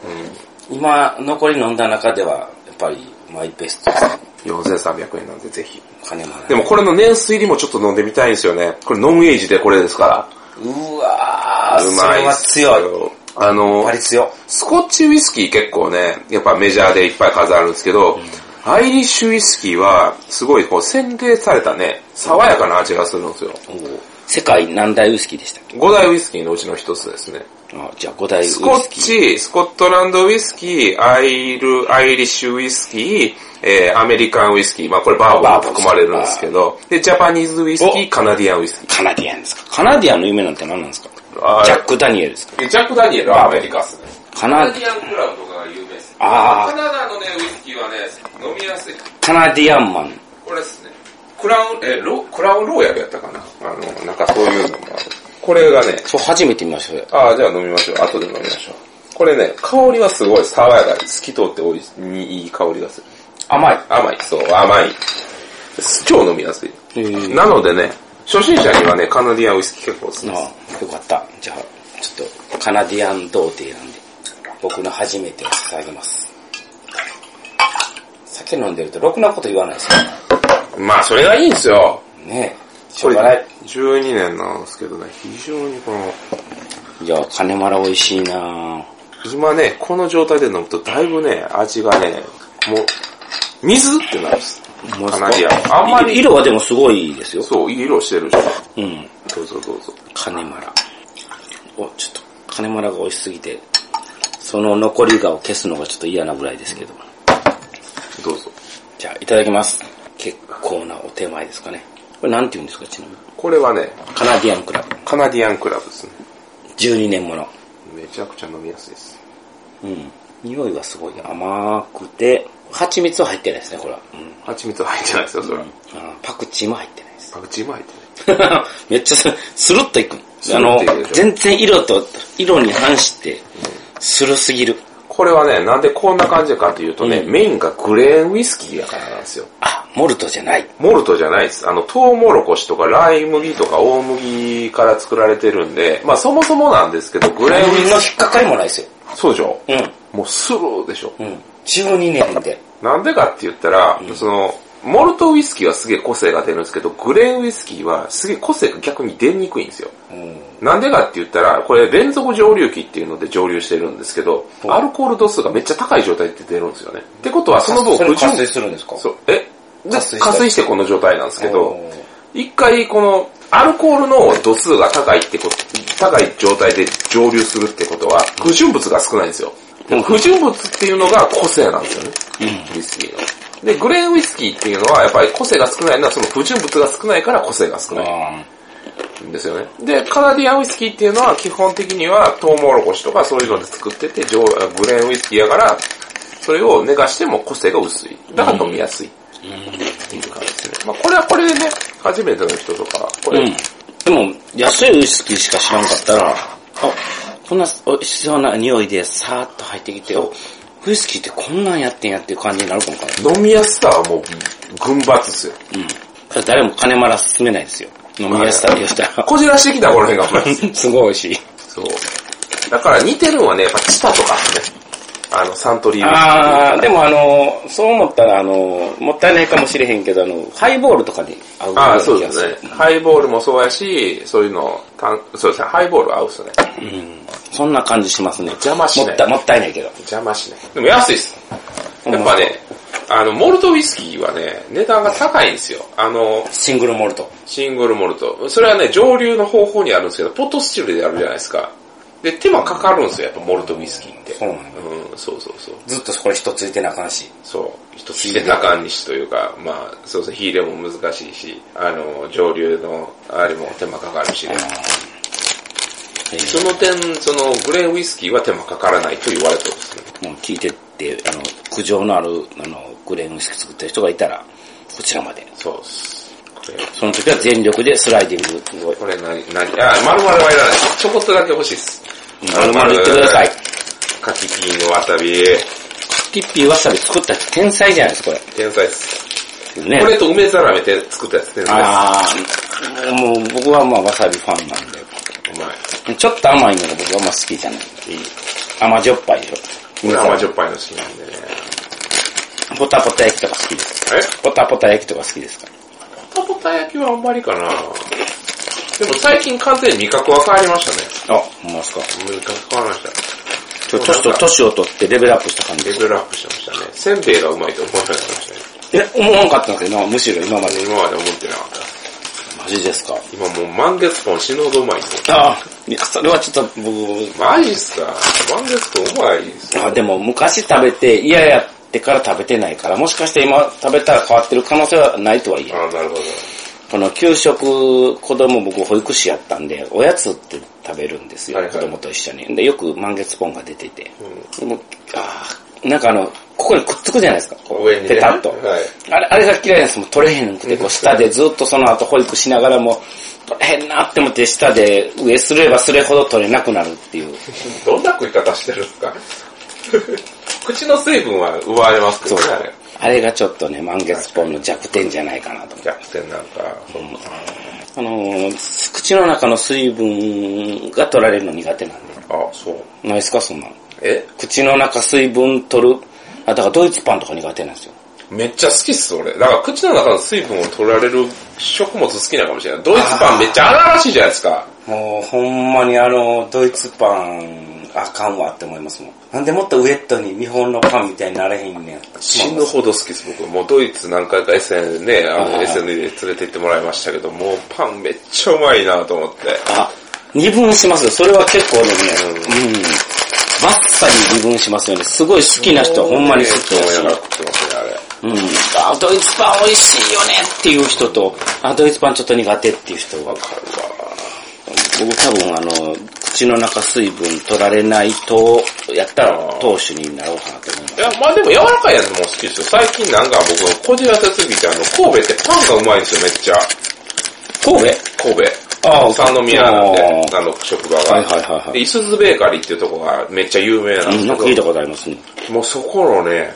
今残り飲んだ中では、やっぱりマイベストですね。
4300円なんでぜひ。
金もない。
でもこれの年水入りもちょっと飲んでみたいんですよね。これノンエイジでこれですから。
うわー、
う
そ
ま
れ
いっ
は
すよ
強い。やっ
あの
ぱ、り強い。
スコッチウイスキー結構ね、やっぱメジャーでいっぱい数あるんですけど、アイリッシュウイスキーは、すごいこう洗練されたね、爽やかな味がするんですよ。
おー世界何大ウイスキーでしたっけ
五大ウイスキーのうちの一つですね。
あじゃあ5大ウイ
スコ
ス
ッ
キー。
チ、スコットランドウイスキー、アイル、アイリッシュウイスキー、えー、アメリカンウイスキー、まあこれバーボンに含まれるんですけど、で、ジャパニーズウイスキー、カナディアンウイスキー。
カナディアンですかカナディアンの夢なんて何なんですか
あー
ジャック・ダニエルですか
ジャック・ダニエルはアメリカっすね。
カ
カ
ナ
ナデ、ィアンクラブとかが有名です。
あ
カナダのね、ウイスキーはね、飲みやすい。
ー、カナディアンマン。
これですね。クラウン、え、ロクラウンローヤルやったかなあの、なんかそういうのもある。これがね、
そう、初めて見ました、それ。
ああ、じゃあ飲みましょう。後で飲みましょう。これね、香りはすごい爽やかで、透き通っておいしい、いい香りがする。
甘い。
甘い、そう、甘い。超飲みやすい。
えー、
なのでね、初心者にはね、カナディアンウイスキー結構おすすめ
な
です
あよかった。じゃあ、ちょっと、カナディアン童貞なんで、僕の初めてを捧げます。酒飲んでると、ろくなこと言わないですよ
まあそれがいいんですよ。
ねえ、しょうがない。
12年なんですけどね、非常にこの、
いや、金丸美味しいなぁ。
今ね、この状態で飲むとだいぶね、味がね、もう、水ってなるんです。
う
カナディアン。あんまり、
色はでもすごいですよ。
そう、いい色してるし。
うん。
どうぞどうぞ。
金丸。お、ちょっと、金丸が美味しすぎて、その残りがを消すのがちょっと嫌なぐらいですけど。
どうぞ。
じゃあ、いただきます。結構なお手前ですかね。これなんて言うんですか、ちなみに。
これはね、
カナディアンクラブ。
カナディアンクラブですね。
12年もの。
めちゃくちゃ飲みやすいです。
うん。匂いがすごい甘くて、蜂蜜は入ってないですね、これは。うん。
蜂蜜は入ってないですよ、それは。
あーパクチーも入ってないです。 [LAUGHS]
パクチーも入ってない。
めっちゃススルッといく。
ス
あ
ルッ
の
といくでし、ょ
全然色と、色に反して、スルすぎる。
これはね、なんでこんな感じかっていうとね、
うん
メインがグレーンウイスキーやからなんですよ。
あ、モルトじゃない。
モルトじゃないです。あの、トウモロコシとかライ麦とか大麦から作られてるんで、まあそもそもなんですけど、グレーンウ
何
イス
の引っかかりもないですよ。
キー、そうでしょ
う
もうスルーでしょ。
ん。うん。12年で。
なんでかって言ったら、その、モルトウイスキーはすげえ個性が出るんですけど、グレーンウイスキーはすげえ個性が逆に出にくいんですよ。
うん。
なんでかって言ったら、これ連続蒸留期っていうので蒸留してるんですけど、
ほう
アルコール度数がめっちゃ高い状態って出るんですよね。ってことはその分
それ
不純
加水するんですか
そう、えで
加
加
水
水
した
してこの状態なんですけど、
おー
一回このアルコールの度数が高いってこと、高い状態で蒸留するってことは、不純物が少ないんですよ。でも不純物っていうのが個性なんですよね。ウイスキーの。で、グレーンウイスキーっていうのはやっぱり個性が少ないのはその不純物が少ないから個性が少ない。
あ
ですよね。で、カナディアンウイスキーっていうのは基本的にはトウモロコシとかそういうので作ってて、上グレーンウイスキーやから、それを寝かしても個性が薄い。だから飲みやすい。っていう感じですね。まあこれはこれでね、初めての人とか、
ー
これ、
うん。でも、安いウイスキーしか知らんかったら、あ、こんなおいしそうな匂いでさーっと入ってきて、お、ウイスキーってこんなんやってんやっていう感じになるかもわかんない。
飲みやすさはもう、群抜ですよ。
うん。これ誰も金丸は勧めないですよ。飲みやすさで言ったら。
こじらしてきたこの辺がうまいです。
[LAUGHS] すごい美味しい。
そう。だから似てるのはね、やっぱチタとかですね。あの、サントリーウイスキー。
あー、でもあの、そう思ったらあの、もったいないかもしれへんけど、あの、ハイボールとかに合うような
ああ、
気が
そうですね。ハイボールもそうやし、そういうの、たんそうですね、ハイボール合うっすね。
うん。そんな感じしますね。
邪魔しない
もったもったいないけど。
邪魔しない。でも安いっす。やっぱね、あの、モルトウイスキーはね、値段が高いんですよ。あの、
シングルモルト。
シングルモルト。それはね、蒸留の方法にあるんですけど、ポットスチルでやるじゃないですか。で、手間かかるんですよ、やっぱモルトウイスキーって。
そうなんだ
うん、そうそうそう。
ずっとこれ一ついてなあかんし。
そう。一つで中にしというか、まあ、そうそう、火入れも難しいし、あの、蒸留の、あれも手間かかるしね、
えー
その点、その、グレーンウイスキーは手間かからないと言われてるんですね。
もう聞いてって、あの、苦情のある、あの、グレーンウイスキー作ってる人がいたら、こちらまで。
そうっす。これ
その時は全力でスライディングすごい。
これ何、何、あ、丸々はいらない。ちょこっとだけ欲しいっす。
丸々言ってください。。
カキピーのわさび、
キッピーわさび作った人天才じゃないですか、こ
天才っす。
れ。ね。
これと梅ざらめて作ったやつ、天才っ
ああ、もう僕はまあわさびファンなん
す。うま
で、ちょっと甘いのが僕はあんま好きじゃない。
い。いい。
甘じょっぱいでしょ。
俺は甘じょっぱいの好きなんでね。
ポタポタ焼きとか好きですかポタポタ焼きとか好きですか
ポタポタ焼きはあんまりかなでも最近完全に味覚は変わりましたね。
あ、ほんまっすか。
味覚変わりました。
ちょ、年と、年を取ってレベルアップした感じで
レ
す。
ベルアップしてましたね。せんべいがうまいと思わなくなりましたね。
え、思わんかったんですけど、今むしろ今まで。
今まで思ってなかった。
マジですか。
今もう満月本死ぬほどうまいと思って
あいやそれはちょっと僕、
マジっすか満月本うまいっす
あでも昔食べて嫌やってから食べてないから、もしかして今食べたら変わってる可能性はないとはいえ。
あなるほど。
この給食、子供僕保育士やったんで、おやつって食べるんですよ、
はいはい
子供と一緒に。で、よく満月ポンが出てて。もうあーなんかあの、ここにくっつくじゃないですか、こう
上にね
ペタッと。
はい
あれ、あれが嫌いなんです。もう取れへんくて、こう下でずっとその後保育しながらも、取れへんなって思って下で上すればすれほど取れなくなるっていう。
どんな食い方してるんですか [LAUGHS] 口の水分は奪われますけどね。あれ
あれがちょっとね、満月ポンの弱点じゃないかなと思って。
逆転なんか、ほんま。
あのー口の中の水分が取られるの苦手なんで。
あ、そう。
ないですか、そんなの。
え
口の中水分取る。あ、だからドイツパンとか苦手なんですよ。
めっちゃ好きっす、俺。だから口の中の水分を取られる食物好きなのかもしれない。ドイツパンめっちゃ荒々しいじゃないですか。
もうほんまにあの、ドイツパン、あかんわって思いますもん。なんでもっとウエットに日本のパンみたいになれへんねん。
死ぬほど好きです、僕。もうドイツ何回か SN ね、あ
は
の
い
SN で連れて行ってもらいましたけど、もうパンめっちゃうまいなと思って。
あ、二分しますよ。それは結構ね、うん。バッサリ二分しますよね。すごい好きな人はほんまに好き
と
だ
思い
し
ながら。食ってますね、あれ。
うん。あ、ドイツパン美味しいよねっていう人と、あ、ドイツパンちょっと苦手っていう人が。僕多分あの、口の中水分取られないと、やったら投手になろうかなと思います。
いや、まあでも柔らかいやつも好きですよ。最近なんか僕、こじらせすぎて、あの、神戸ってパンがうまいんですよ、めっちゃ。
神
神戸。
戸ああ、
三宮なんで、
は
あの、職場
いはい
が。
はいは
で、
い。
いすずベーカリーっていうとこがめっちゃ有名なん
うん、なんか聞
で
い
す
たことありますね。
けど、もうそこのね、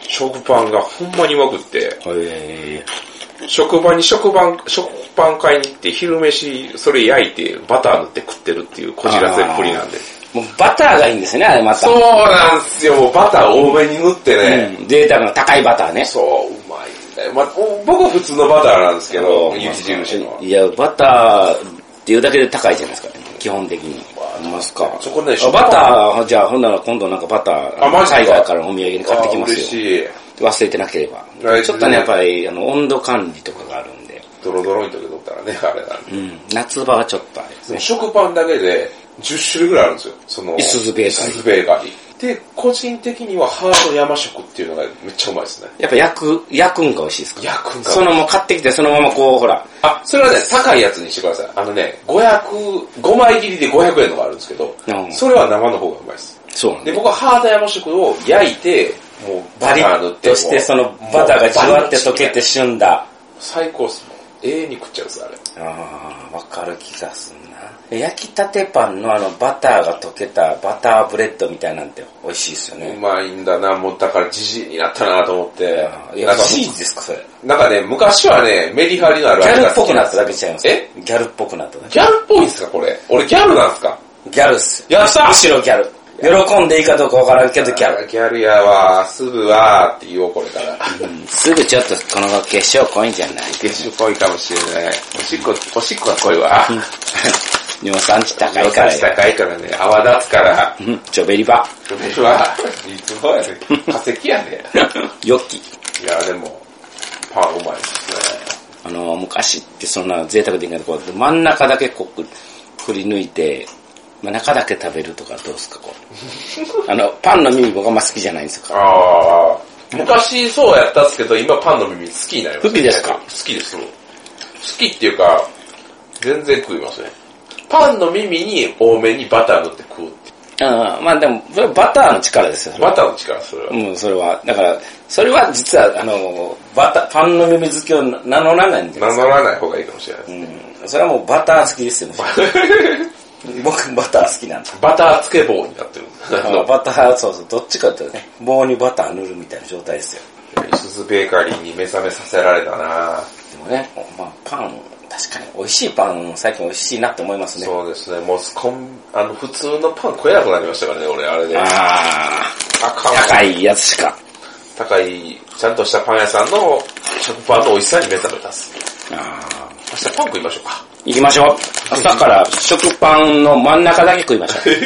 食パンがほんまにうまくって、
へ
職場に食パン、食パン買いに行って、昼飯、それ焼いて、バター塗って食ってるっていう、こじらせっぷりなんで。
ーもうバターがいいんですよね、あれまた。
そうなんすよ、もうバター多めに塗ってね。
うん。データの高いバターね。
そう、うまいね。まあ、お僕は普通のバターなんですけど、雪印の。
いや、バターっていうだけで高いじゃないですか、基本的に。いますか。
そこね
あバター、じゃあ、ほんなら今度なんかバター、
あマジか
海外からお土産に買ってきま
あ嬉
すよ。
しい。
忘れてなけれ
は
ば。
い
ちょっとね、やっぱり、あの、温度管理とかがあるんで。
ドロドロに溶けとったら
[LAUGHS]
ね、あれなんで。
うん。夏場はちょっとあれですね。
食パンだけで10種類ぐらいあるんですよ。その、
いすゞベーカリー
いすゞベーカリー。で、個人的にはハート山食っていうのがめっちゃうまいですね。
やっぱ焼く、焼くんが美味しいですか
焼くんか。
そのもう買ってきて、そのままこう、ほら。
あ、それはね、高いやつにしてください。あのね、500、5枚切りで500円のがあるんですけど
う、ん
それは生の方がうまいです。
そうなん
で、僕はハート山食を焼いて、もう
バ
バ
リ
ター塗
ッ
って。
として、そのバターがじゅわって溶けて旬だ。
最高っすもん。永遠に食っちゃうんです、あれ。
ああ、わかる気がすんな。焼きたてパンのあのバターが溶けたバターブレッドみたいなんて美味しいですよ
う
ね。
まいんだな、もうだからじじいになったなと思って
あ。ーい
な
や、
んか
チーズですか、それ。
なんかね、昔はね、メリハリのある
ギャル
が
っぽ
好き
く
な
なんっ
で
た
すよ
だけちゃいます。
え
ギャルっぽくなっただ
ギャルっぽいんすか、これ。俺ギャルなんすか
け。ギャルっす。
やった
むしろギャル。喜んでいいかどうかわからんけどギャル。
ギャルやわ、すぐわーって言おう、これから。
すぐちょっとこの化粧濃いんじ
[LAUGHS]
ゃない
月収濃いかもしれない。おしっこ、おしっこは濃いわ。
尿酸値高
予
いか
算
ら
値高いからね、泡立つから。
うん、ちょべりば。
[LAUGHS] 俺はいつもやね化石やね
よっき。
いや、でも、パンうまいですね。
あの、昔ってそんな贅沢できないとこうやって真ん中だけこうくくり抜いて、真ん中だけ食べるとかどうですか、こ
[LAUGHS]
う。あの、パンの耳僕あんま好きじゃないんですよ。
ああ。昔そうやったっすけど、今パンの耳好きになりました、
好きですか
好きです。好きっていうか、全然食いますね。パンの耳に多めにバター塗って食うってい
うん、まあでも、それはバターの力ですよ。
う。バターの力、それは。
うん、それは。だから、それは実は、あの、バター、パンの耳好きを名乗らないんです
名
よ。
乗らない方がいいかもしれないです。
うん、それはもうバター好きですよ。
[LAUGHS]
僕バター好きなんで。
バターつけ棒になってる。あの、
バター、そうそう、どっちかっていうとね、棒にバター塗るみたいな状態ですよ。
すずベーカリーに目覚めさせられたな
でもね、まあ、パン、確かに美味しいパン、最近美味しいなって思いますね。
そうですね、もうこん、あの、普通のパン食えなくなりましたからね、俺、あれで。あ
ああ、
かんわ
高いやつしか。
高い、ちゃんとしたパン屋さんの食パンの美味しさに目覚めたっす。
あー
明日パン食いましょうか。
行きましょう。朝から食パンの真ん中だけ食いましょ
[LAUGHS]
う。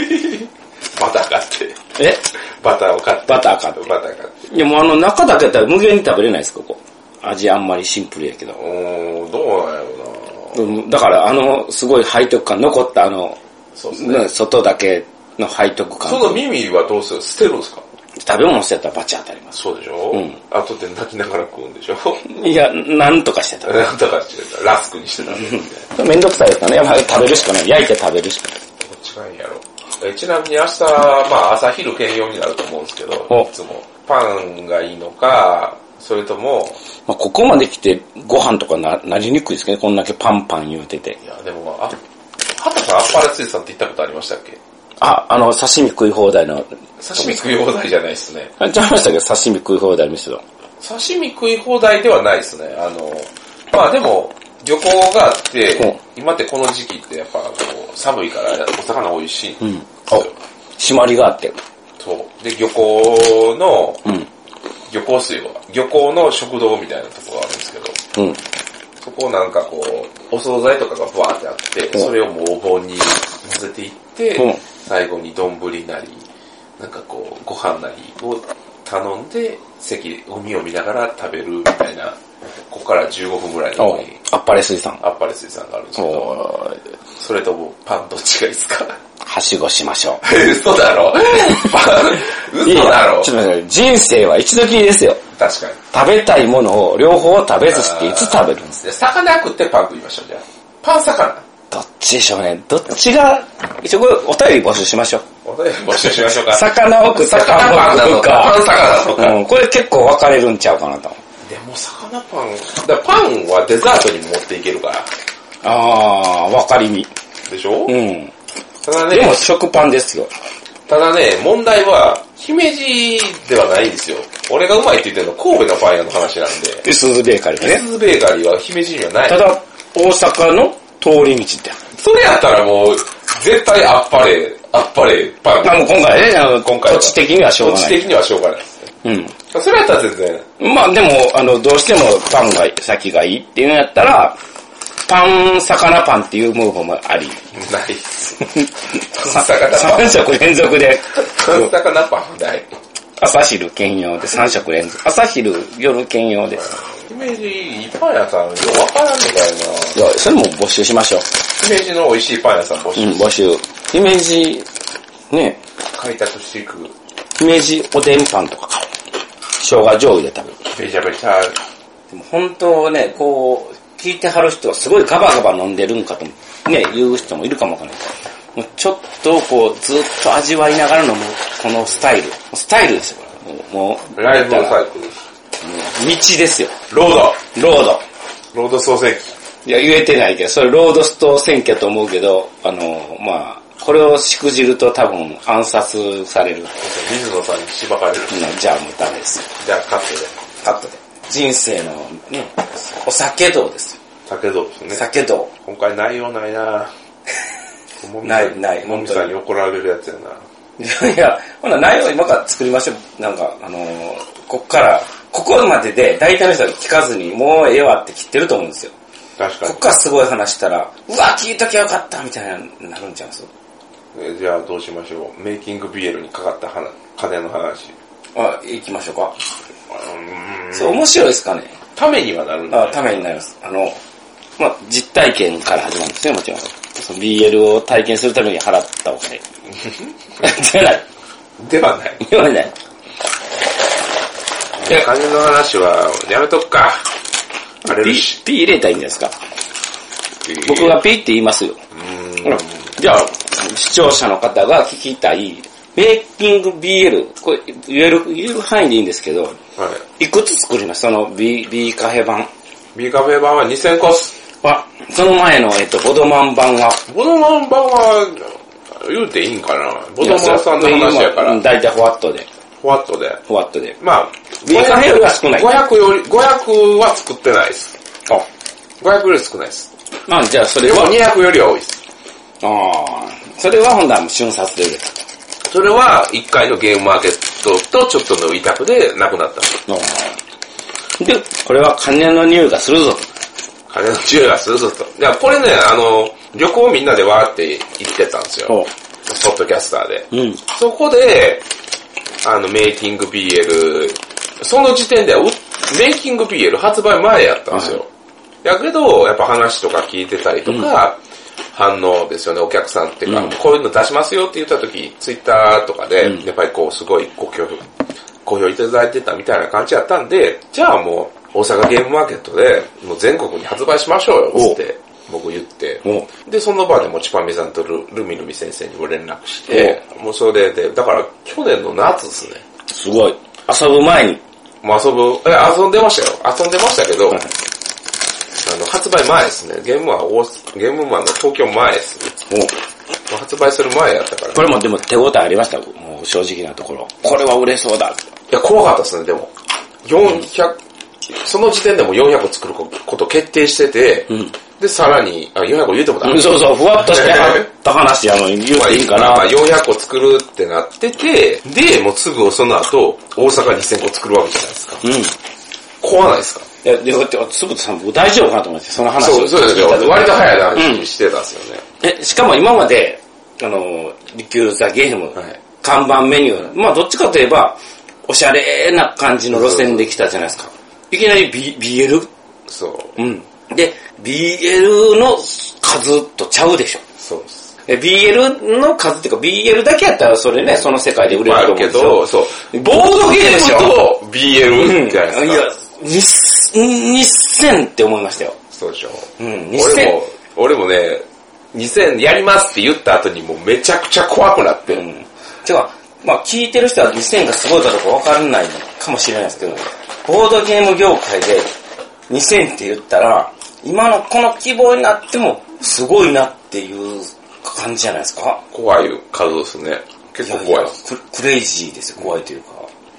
バター買って。
え
バターを買って。
バター買って
バター買って。
でもあの中だけやったら無限に食べれないです、ここ。味あんまりシンプルやけど。
おー、どうなんやろう
う
な
んだからあの、すごい背徳感、残ったあの、
そうですね。
ね外だけの背徳感
そ。の耳はどうする捨てるんですか
食べ物してたらバチ当たります。
そうでしょ
うん
あとで泣きながら食うんでしょ
いや、なんとかしてた。
なんとかしてた。ラスクにしてたんで。
めんどくさいですかね。やっぱり食べるしかない。焼いて食べるしかない。
どっちがいいんやろ。えちなみに明日、まあ朝昼兼用になると思うんですけど、
お
いつも。パンがいいのか、それとも、
まあ、ここまで来てご飯とかななりにくいですけどね。こんだけパンパン言うてて。
いや、でも、あ、はたさんアッパラツイさんって行ったことありましたっけ
あ、あの、刺身食い放題の。
刺身食い放題じゃないっすね。
あちゃいましたけど、刺身食い放題の人だ。
刺身食い放題ではないっすね。あの、まあでも、漁港があって、今ってこの時期ってやっぱこう寒いからお魚美味しい。
うん。あ、締まりがあって。
そう。で、漁港の、
うん。
漁港水は、漁港の食堂みたいなとこがあるんですけど、
うん。
そこをなんかこう、お惣菜とかがバーってあって、
うん
それをもうお盆に乗せていって、
うん
最後に丼なり、なんかこう、ご飯なりを頼んで、席、海を見ながら食べるみたいな、ここから15分ぐらいの
お
方に、
あっぱれ水産。
あっぱれ水産があるんですけど、
お
それともパンどっちがいいですか
はしごしましょ
嘘だろパン
う。いい
嘘だろ
なちょっと待って、人生は一度きりですよ。
確かに。
食べたいものを両方食べずしていつ食べるんです
で魚食ってパン食いましょう、じゃあ。パン魚。
どっちでしょうね。どっちが、一応これお便り募集しましょう。
お便り募集しましょうか。
魚を食って
魚パ
パンを
ンな
食
の
う
か。パン
か。
魚なのか。
うん、これ結構分かれるんちゃうかなと。
でも魚パン、だからパンはデザートに持っていけるから。
あー、分かりみ。
でしょ、
うん。
ただ
で
ね、
も食パンですよ。
ただね、問題は、姫路ではないんですよ。俺がうまいって言ってるの神戸のパン屋の話なんで、
で、鈴ベーカリー
エ
ね。
スズベーカリーは姫路にはない
た。だ、大阪の通り道って。
それやったらもう、絶対あっぱれ、あっぱれパン。
まあもう今回ね、あの、
今回は
土地的にはしょう
土
が
地
ない。
的にはしょうがないですね。
うん。
それやったら全然、
まあでも、あの、どうしてもパンが先がいいっていうのやったら、パン、魚パンっていうムーブも [LAUGHS] あり。
ないっす。パン魚パン
3食連続で、
パン魚パンない。
朝昼兼用で3食連続。朝昼夜兼用です。
姫路、いいパン屋さん、ようわからんみたいな。
いや、それも募集しましょう。
姫路の美味しいパン屋さん募集
うん、募集。姫路、ね、
開拓していく、
姫路おでんパンとか買う生姜醤油で食べる。
めちゃめちゃ、
でも本当ね、こう、聞いてはる人はすごいガバガバ飲んでるんかと、ね、言う人もいるかもわからない。もうちょっとこう、ずっと味わいながら飲む、このスタイル。スタイルですよ、これ。もう、もう
ライブサイクル。
道ですよ。
ロード
ロード。
ロード創世記。
いや、言えてないけど、それロードスト選挙と思うけど、あの、まあ、これをしくじると多分暗殺される。
水野さんに縛られる。
うんじゃあもうダメですよ。
じゃあカットで。
カットで。人生のね、お酒道ですよ。
酒道ですね。
酒道。 [LAUGHS]
今回内容ない [LAUGHS] なぁ。
ないない
もみさんに怒られるやつや
い
な。
やいや、ほな内容今から作りましょう。なんか、あのーこっから、ここまでで大体の人は聞かずに、もうええわって切ってると思うんですよ。
確
こ
か
っからすごい話したら、うわ、聞いときゃよかったみたいになるんちゃうんですよ。
に。えじゃあどうしましょう。メイキング BL にかかった話金の話。
あ、行きましょうか。
うーん
そう、面白いですかね。
ためにはなるんだ。
あためになります。あの、まあ、実体験から始まるんですね、もちろん。その BL を体験するために払ったお [LAUGHS] 金。じゃない。
ではない。
言わない。
いや、金の話はやめとくか。あれる
P
し。、
P 入れたらいいんじゃないですか。僕がピって言いますよ。ほらじゃあ、視聴者の方が聞きたい、メイキング BL、これ言える、言える範囲でいいんですけど、
はい。
いくつ作りますその B、B カフェ版
ビカフェ版は2000コース。
は、その前の、えっと、ボドマン版は、
ボドマン版は、言うていいんかなボドマンさんの話やか
う
ら
ん、大体ホワットで、
ふわっとで。
ホワットで。
まあ、
ビカフェよりは少ない
500より、500は作ってないです。
あ、
500より少ないです。
まあじゃあそれ
でも
は、
200よりは多いです。
ああ、それはほんなら瞬殺で売れた。
それは1回のゲームマーケットとちょっとの委託でなくなった。
うんで、これは金の匂いがするぞ
金の注意がするぞと。いや、これね、あの、旅行みんなでわーって行ってたんですよ。
と。
ポッドキャスターで。
うん。
そこで、あの、メイキング BL、その時点ではう、メイキング BL 発売前やったんですよ。やけど、やっぱ話とか聞いてたりとか、反応ですよね、お客さんっていうか、
うん
こういうの出しますよって言った時、ツイッターとかで、
うん
やっぱりこう、すごいご協力、ご評いただいてたみたいな感じやったんで、じゃあもう、大阪ゲームマーケットで、もう全国に発売しましょうよ、つって、僕言って、
お
で、その場でもちぱみさんとルルミルミ先生にも連絡して、もうそれで、だから去年の夏ですね。
すごい。遊ぶ前に。
もう遊ぶ、え、遊んでましたよ。遊んでましたけど、
はい
あの、発売前ですね。ゲームは大阪、ゲームマンの東京前です
お
ね。もう発売する前やったから。
これもでも手応えありました、もう正直なところ。これは売れそうだ。 [LAUGHS]
いや、怖かったですね、でも。400、その時点でもう400作ること決定してて、
うん
で、さらに、あ、400言うてもダメ。
そうそう、ふわっとしてはった話やのに言うていいんか
ま
な。
あ400個作るってなってて、で、もうすぐその後、大阪2000個作るわけじゃないですか。
うん。
怖ないですか
いや、で、だって、つぶさん僕大丈夫かなと思って、その話を
そう、そうですよ。割と早いな、
うん
してたんですよね。
え、しかも今まで、あの、リキューザゲーム、
はい
看板メニュー、まあどっちかといえば、おしゃれな感じの路線できたじゃないですか。いきなり、B、BL?
そ
う
う。
ん。で、BL の数とちゃうでしょ。
そうです。
え BL の数っていうか、BL だけやったらそれね、その世界で売れ
まああ
ると思う
る
んで
け
すよ
ど、。そう。
ボードゲーム
と BL
い
じゃないです
や
か。、
日、2000って思いましたよ。
そうでしょ。
うん、
俺
2000
も。、俺もね、2000やりますって言った後にもうめちゃくちゃ怖くなって。
うん。てか、まあ聞いてる人は2000がすごいかどうかわからないのかもしれないですけど、ボードゲーム業界で2000って言ったら、今のこの希望になってもすごいなっていう感じじゃないですか。
怖い数ですね。結構怖いです。
ククレイジーですよ、怖いというか。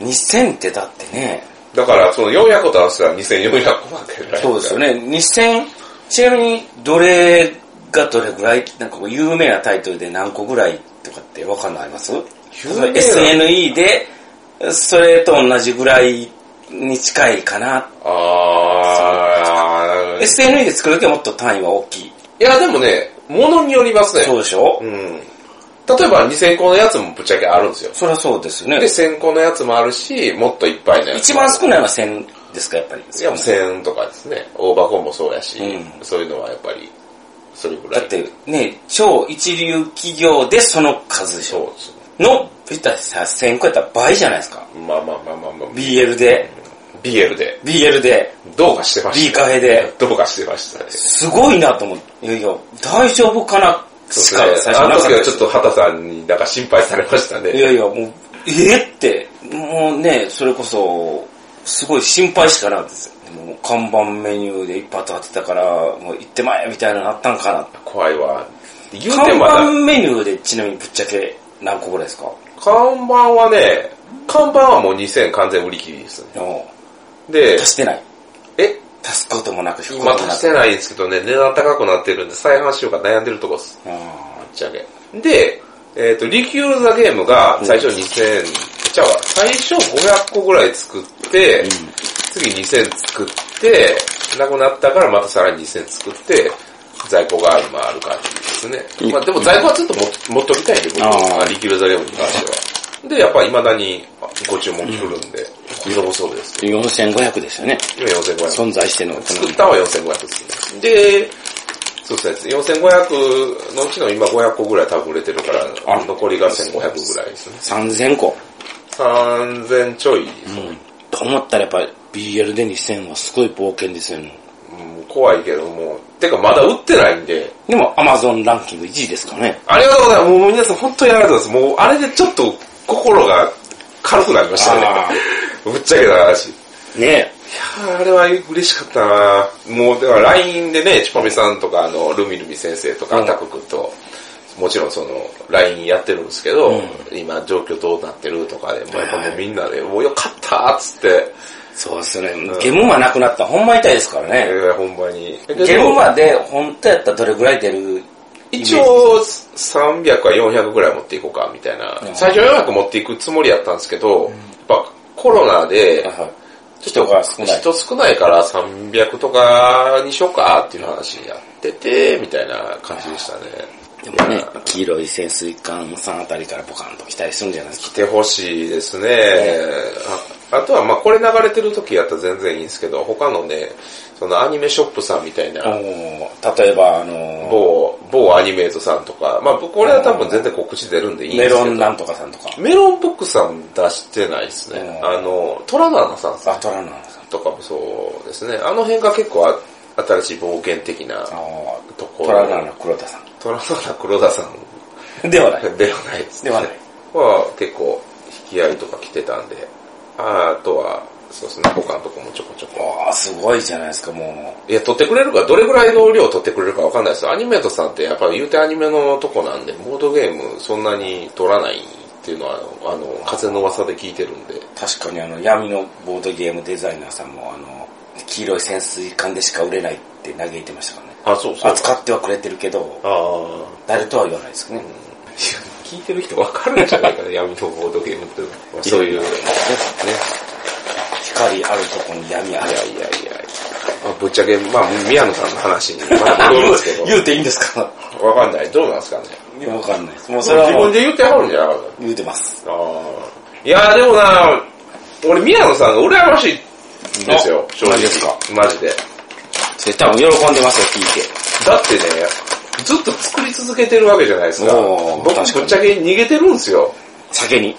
2000ってだってね、
だから、その400個倒したら2400個なわけじゃないですか。
そうですよね。2000、ちなみにどれがどれぐらい、なんかこう有名なタイトルで何個ぐらいとかってわかんないあります
有名な
?SNE で、それと同じぐらいに近いかな。
あーなるほどね
SNE で作るときはもっと単位は大きい。
いや、でもね、ものによりますね。
そうでしょ、
うん。例えば2000個のやつもぶっちゃけあるんですよ。
そりゃそうですよ
[LAUGHS] で、
ね。
1000個のやつもあるし、もっといっぱいのやつ
一
も
番少ないのは1000ですか、やっぱり。
いや、もう1000とかですね。大箱もそうやし、
うん
そういうのはやっぱり、それぐら
だ
い。
ってね、超一流企業でその数でし
そう
ょ
ですね。
の、言ったらさ、1000個やったら倍じゃないですか。
まあまあまあまあまあ。
BL で、
BL で。
BL で、
どうかしてまし
B
た。
カフェで、
どうかしてましたね。
すごいなと思って、いやいや、大丈夫かなしか
そうです
最初
ね。あ
なか
の
った
時は
で
ちょ
す
っと畑さんになんか心配されました
い
ね。
やいや、もう、えーって、もうね、それこそ、すごい心配しかなかったですよ。でも看板メニューで一発当てたから、もう行ってまえみたいなのあったんかな。
怖いわ。言うて
看
もまだ
板メニューでちなみにぶっちゃけ何個ぐらいですか
看板はね、看板はもう2000完全売り切りですね。
の
で、
足してない。
え、
足すこともなく、引くこ
今
ともな
足し
く。
てないんですけどね、値段高くなってるんで再販しようか悩んでるとこです。
あ
ぶっちゃけ。で、えっ、と、リキュール・ザ・ゲームが最初2000、じゃあ最初500個ぐらい作って、次2000作って、なくなったからまたさらに2000作って、在庫が今ある感じですね。まあでも在庫はずっとも持っときたいんで、僕
あー
は、リキュール・ザ・ゲームに関しては。で、やっぱ未だにご注文来るんで、色もそうですけ
ー4500ですよね。
ど、今4500
存在しての、こ
作ったは4500ですね。で、そうですね、4500のうちの今500個ぐらい多分売れてるから、
あ
残りが1500ぐらいですね。
3000個。
3000ちょい、
うん。と思ったらやっぱ BL で2000はすごい冒険ですよね。
うん怖いけども、てかまだ売ってないんで、
でも Amazon ランキング1位ですからね。
ありがとうございます。もう皆さん本当にありがとうございます。もうあれでちょっと心が軽くなりましたね
あ。
[LAUGHS] ぶっちゃけた話。い
ね
やーあれは嬉しかったなもう、だから LINE でね、ちぱみさんとか、あの、ルミルミ先生と
う
か、
ん
タク君と、もちろんその、LINE やってるんですけど、
うん
今状況どうなってるとかで、もうやっぱもうみんなで、もうよかったーっつって、
そうですね。ゲムマなくなったらほんま痛いですから
え
ね。
ー、ほんまに。
ゲムマで本当やったらどれぐらい出る
一応300は400ぐらい持っていこうかみたいな。最初400持っていくつもりやったんですけど、やっぱコロナで、
ちょっとが少ない。
人少ないから300とかにしようかっていう話やってて、みたいな感じでしたね。
でもね、黄色い潜水艦さんあたりからポカンと来たりするんじゃないです
来てほしいですね。ああとは、まあこれ流れてる時やったら全然いいんですけど、他のね、そのアニメショップさんみたいな、
か。もう、例えば、あの
某、某アニメートさんとか、まあ僕これは多分全然告知出るんでいいん
メ
ですけ
ロ
ど。
ンなんとかさんとか。
メロンブックさん出してないですね。
うん
あの、トラナナさん
あ、トラナナさん。
とかもそうですね。あの辺が結構あ新しい冒険的な
あ
ところ。
トラナナ黒田さ
トラナナ黒田さん
ん。 [LAUGHS] ではない。
ではないですね。
ではない。
は結構引き合いとか来てたんで、ああとは、そうですね、他のとこもちょこちょこ。
ああ、すごいじゃないですか、も
いや、取ってくれるか、どれぐらいの量取ってくれるかわかんないですよ。アニメートさんってやっぱ言うてアニメのとこなんで、ボードゲームそんなに取らないっていうのは、あの、風の噂で聞いてるんで。
う。確かにあの、闇のボードゲームデザイナーさんも、あの、黄色い潜水艦でしか売れないって嘆いてましたからね。
あ、そうそう。
扱ってはくれてるけど、
ああ。
誰とは言わないですね。
聞いてる人わかるんじゃないかな、闇のボードゲームって。まあそういう。ね。
光あるとこに闇あ
い
る。
やいやいや。まあ、ぶっちゃけ、まあ、宮野さんの話に戻るんですけ
言うていいんですか
ど、わかんない。どうなんですかね。
いや、わかんないです。もうそ
自
れはも
分
う
で言ってはるんじゃなかった
言うてます。
ああ。いやでもな、俺宮野さんが羨ましいんですよ、正直。
ですか
マジで。
で多分喜んでますよ、聞
だってね、ずっと作り続けてるわけじゃないですか。
おー
僕
確かに
ぶっちゃけ逃げてるんですよ。
いて。酒に。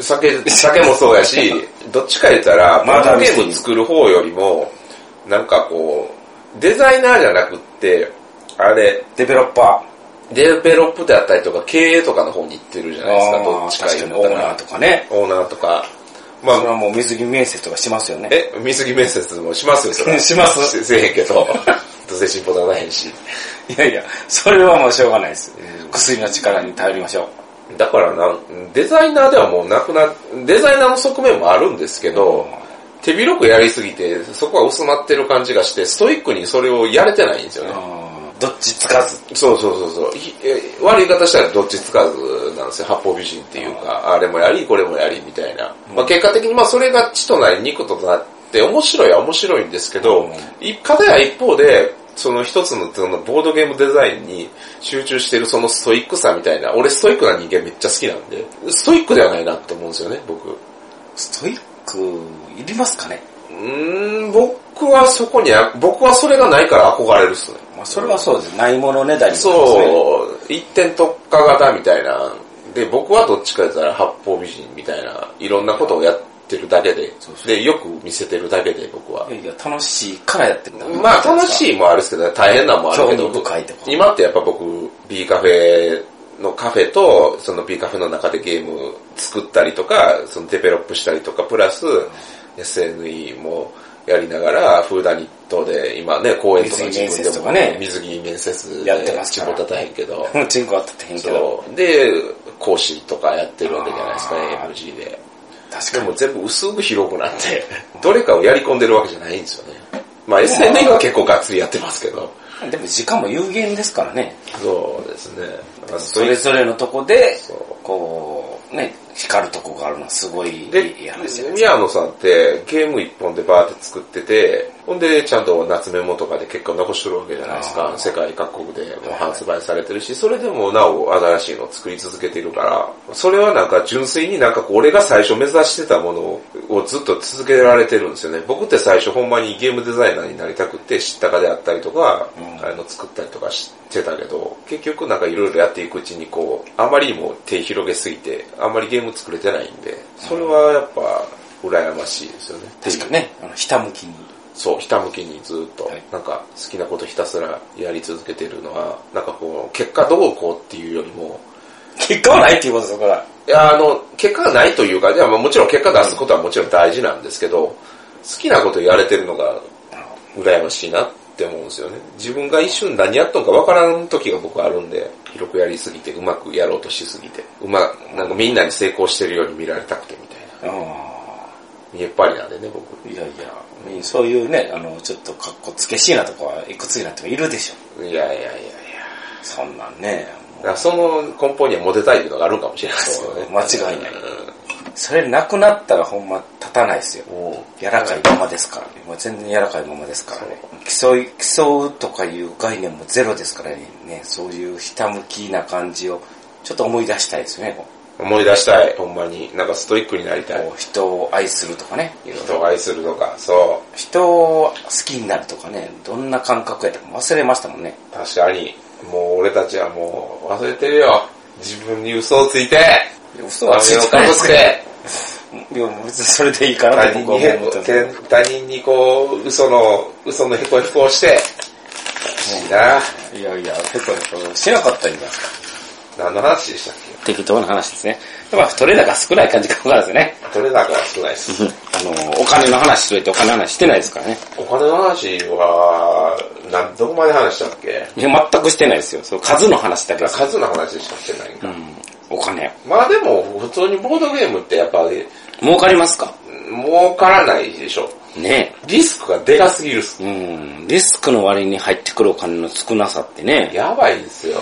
酒、酒もそう
[LAUGHS]
やし、どっちか言ったら、
ま
マ
だ
ーゲーム作る方よりも、なんかこう、デザイナーじゃなくって、あれ、
デベロッパ
デベロップであったりとか、経営とかの方に行ってるじゃ
ー。
ないですか、ど
あ
っち
ー
か
確か
言っ
にオー
た
ナー
ら。
とかね。
オーナーとか。ま
それ
あ、
はもう水着面接とかしますよね。
え、水着面接もしますよ、 [LAUGHS] それは。
します
せせえへ [LAUGHS] んけど、どうせ進歩はないし。
[LAUGHS] いやいや、それはもうしょうがないです。薬の力に頼りましょ
だからなん、デザイナーではもうなくな、デザイナーの側面もあるんですけ
う。
ど、手広くやりすぎて、そこは薄まってる感じがして、ストイックにそれをやれてないんですよね。
あーどっちつかず。
そうそうそうそうひえ。悪い言い方したらどっちつかずなんですよ。八方美人っていうか、あれもやり、これもやりみたいな。まあ結果的にまあそれが血となり肉となって面白いは面白いんですけ
う
ど
ん、
一方や一方で、その一つのそのボードゲームデザインに集中してるそのストイックさみたいな、俺ストイックな人間めっちゃ好きなんで、ストイックではないなって思うんですよね、僕。
ストイック、いりますかね
うーん、僕はそこにあ、僕はそれがないから憧れるっすね。
まあそれはそうです。ないものねだりですね。
そう、一点特化型みたいな。で、僕はどっちか言ったら八方美人みたいな、いろんなことをやってるだけで
そう、そう
で、よく見せてるだけで僕は。
いやいや、楽しいからやってるんだ
まあ楽しいもあるんですけど、大変なのもある
興
け
味
ど、
深いとか。
今ってやっぱ僕、B カフェのカフェと、その B カフェの中でゲーム作ったりとか、そのデベロップしたりとか、プラス SNE もやりながら、フーダニットで、今ね、公演とか
水着面接とかね
水着面接
やってます
ち
から
ぼたたへんけど、
うんチンコは立ってへんけど。
そう。で、講師とかやってるわけじゃないですか、AMG で。
確
で
か
も
に。
全部薄く広くなって、 [LAUGHS] どれかをやり込んでるわけじゃないんですよね。まあ SNE は結構ガッツリやってますけど。
でも時間も有限ですからね。
そうですね。まあ
それぞれのとこで
そう、
こう、ね、光るとこがあるのはすごいいい
で
いい話じゃない、ですか。
宮野さんってゲーム一本でバーって作ってて、ほんでちゃんと夏メモとかで結構残してるわけじゃないです
あ
か
ー。
世界各国でもう発売されてるし、それでもなお新しいのを作り続けているから、それはなんか純粋になんかこう俺が最初目指してたものをずっと続けられてるんですよね。僕って最初ほんまにゲームデザイナーになりたくて知ったかであったりとか、
うん
あの作ったりとかしてたけど、結局なんかいろいろやっていくうちにこう、あまりにも手広げすぎて、あんまりゲーム作れてないんで、それはやっぱ羨ましいですよね。
確かにね、あの、ひたむきに。
そう、ひたむきにずっと、
はい
なんか好きなことひたすらやり続けてるのは、なんかこう、結果どうこうっていうよりも、
結果はないっていうことですよ、これは。
いや、あの、結果がないというか、じゃあまあもちろん結果出すことはもちろん大事なんですけど、好きなことやれてるのが羨ましいなって思うんですよね。自分が一瞬何やっとんかわからん時が僕あるんで、広くやりすぎて、うまくやろうとしすぎて、うま、なんかみんなに成功してるように見られたくてみたいな。
う
見えっぱりなんでね、僕。
ん。いやいや、そういうね、あの、ちょっとかっこつけしいなとこはいくつになってもいるでしょ。
いやいやいやいや。
そんなんね、
だからその根本にはモテたいというのがあるんかもしれないですよね。
間違いない。それなくなったらほんま立たないですよ。柔らかいままですからね。もう全然柔らかいままですからね。競い、競うとかいう概念もゼロですからね。そういうひたむきな感じをちょっと思い出したいですね。こ
思い出したい、ほんまに。なんかストイックになりた
う
い
こ。う人を愛するとかね。いろいろ
人を愛するとか、そ
人を好きになるとかね、どんな感覚やったか忘れましたもんね。
う。確かに、もう俺たちはもう忘れてるよ。自分に嘘をついて、
嘘はつい
を
て
か
ない
ぶ
です
せ
けど [LAUGHS]
て、
いや、別にそれでいいかな
他
と
人
僕は
に
思
へ
っ
こ
てます
て他人にこう、嘘の、嘘のへこへこをして、いいな。
いやいや、結構ねこうしなかったんじゃないですか。
何の話でしたっ
適当な話ですね。だから、取れ高少ない感じかもわからないで
け取れ高が少ないです。
すよね。あの、お金の話しといてお金の話してないですからね。
お金の話は、なんどこまで話したっけ
いや、全くしてないですよ。その数の話だけです。
数の話しかしてないん
う
か。
ん。お金。
まあでも、普通にボードゲームってやっぱり、
儲かりますか
儲からないでしょ。
ね
リスクがでかすぎるっす。
え。うん。リスクの割に入ってくるお金の少なさってね。
やばいですよ。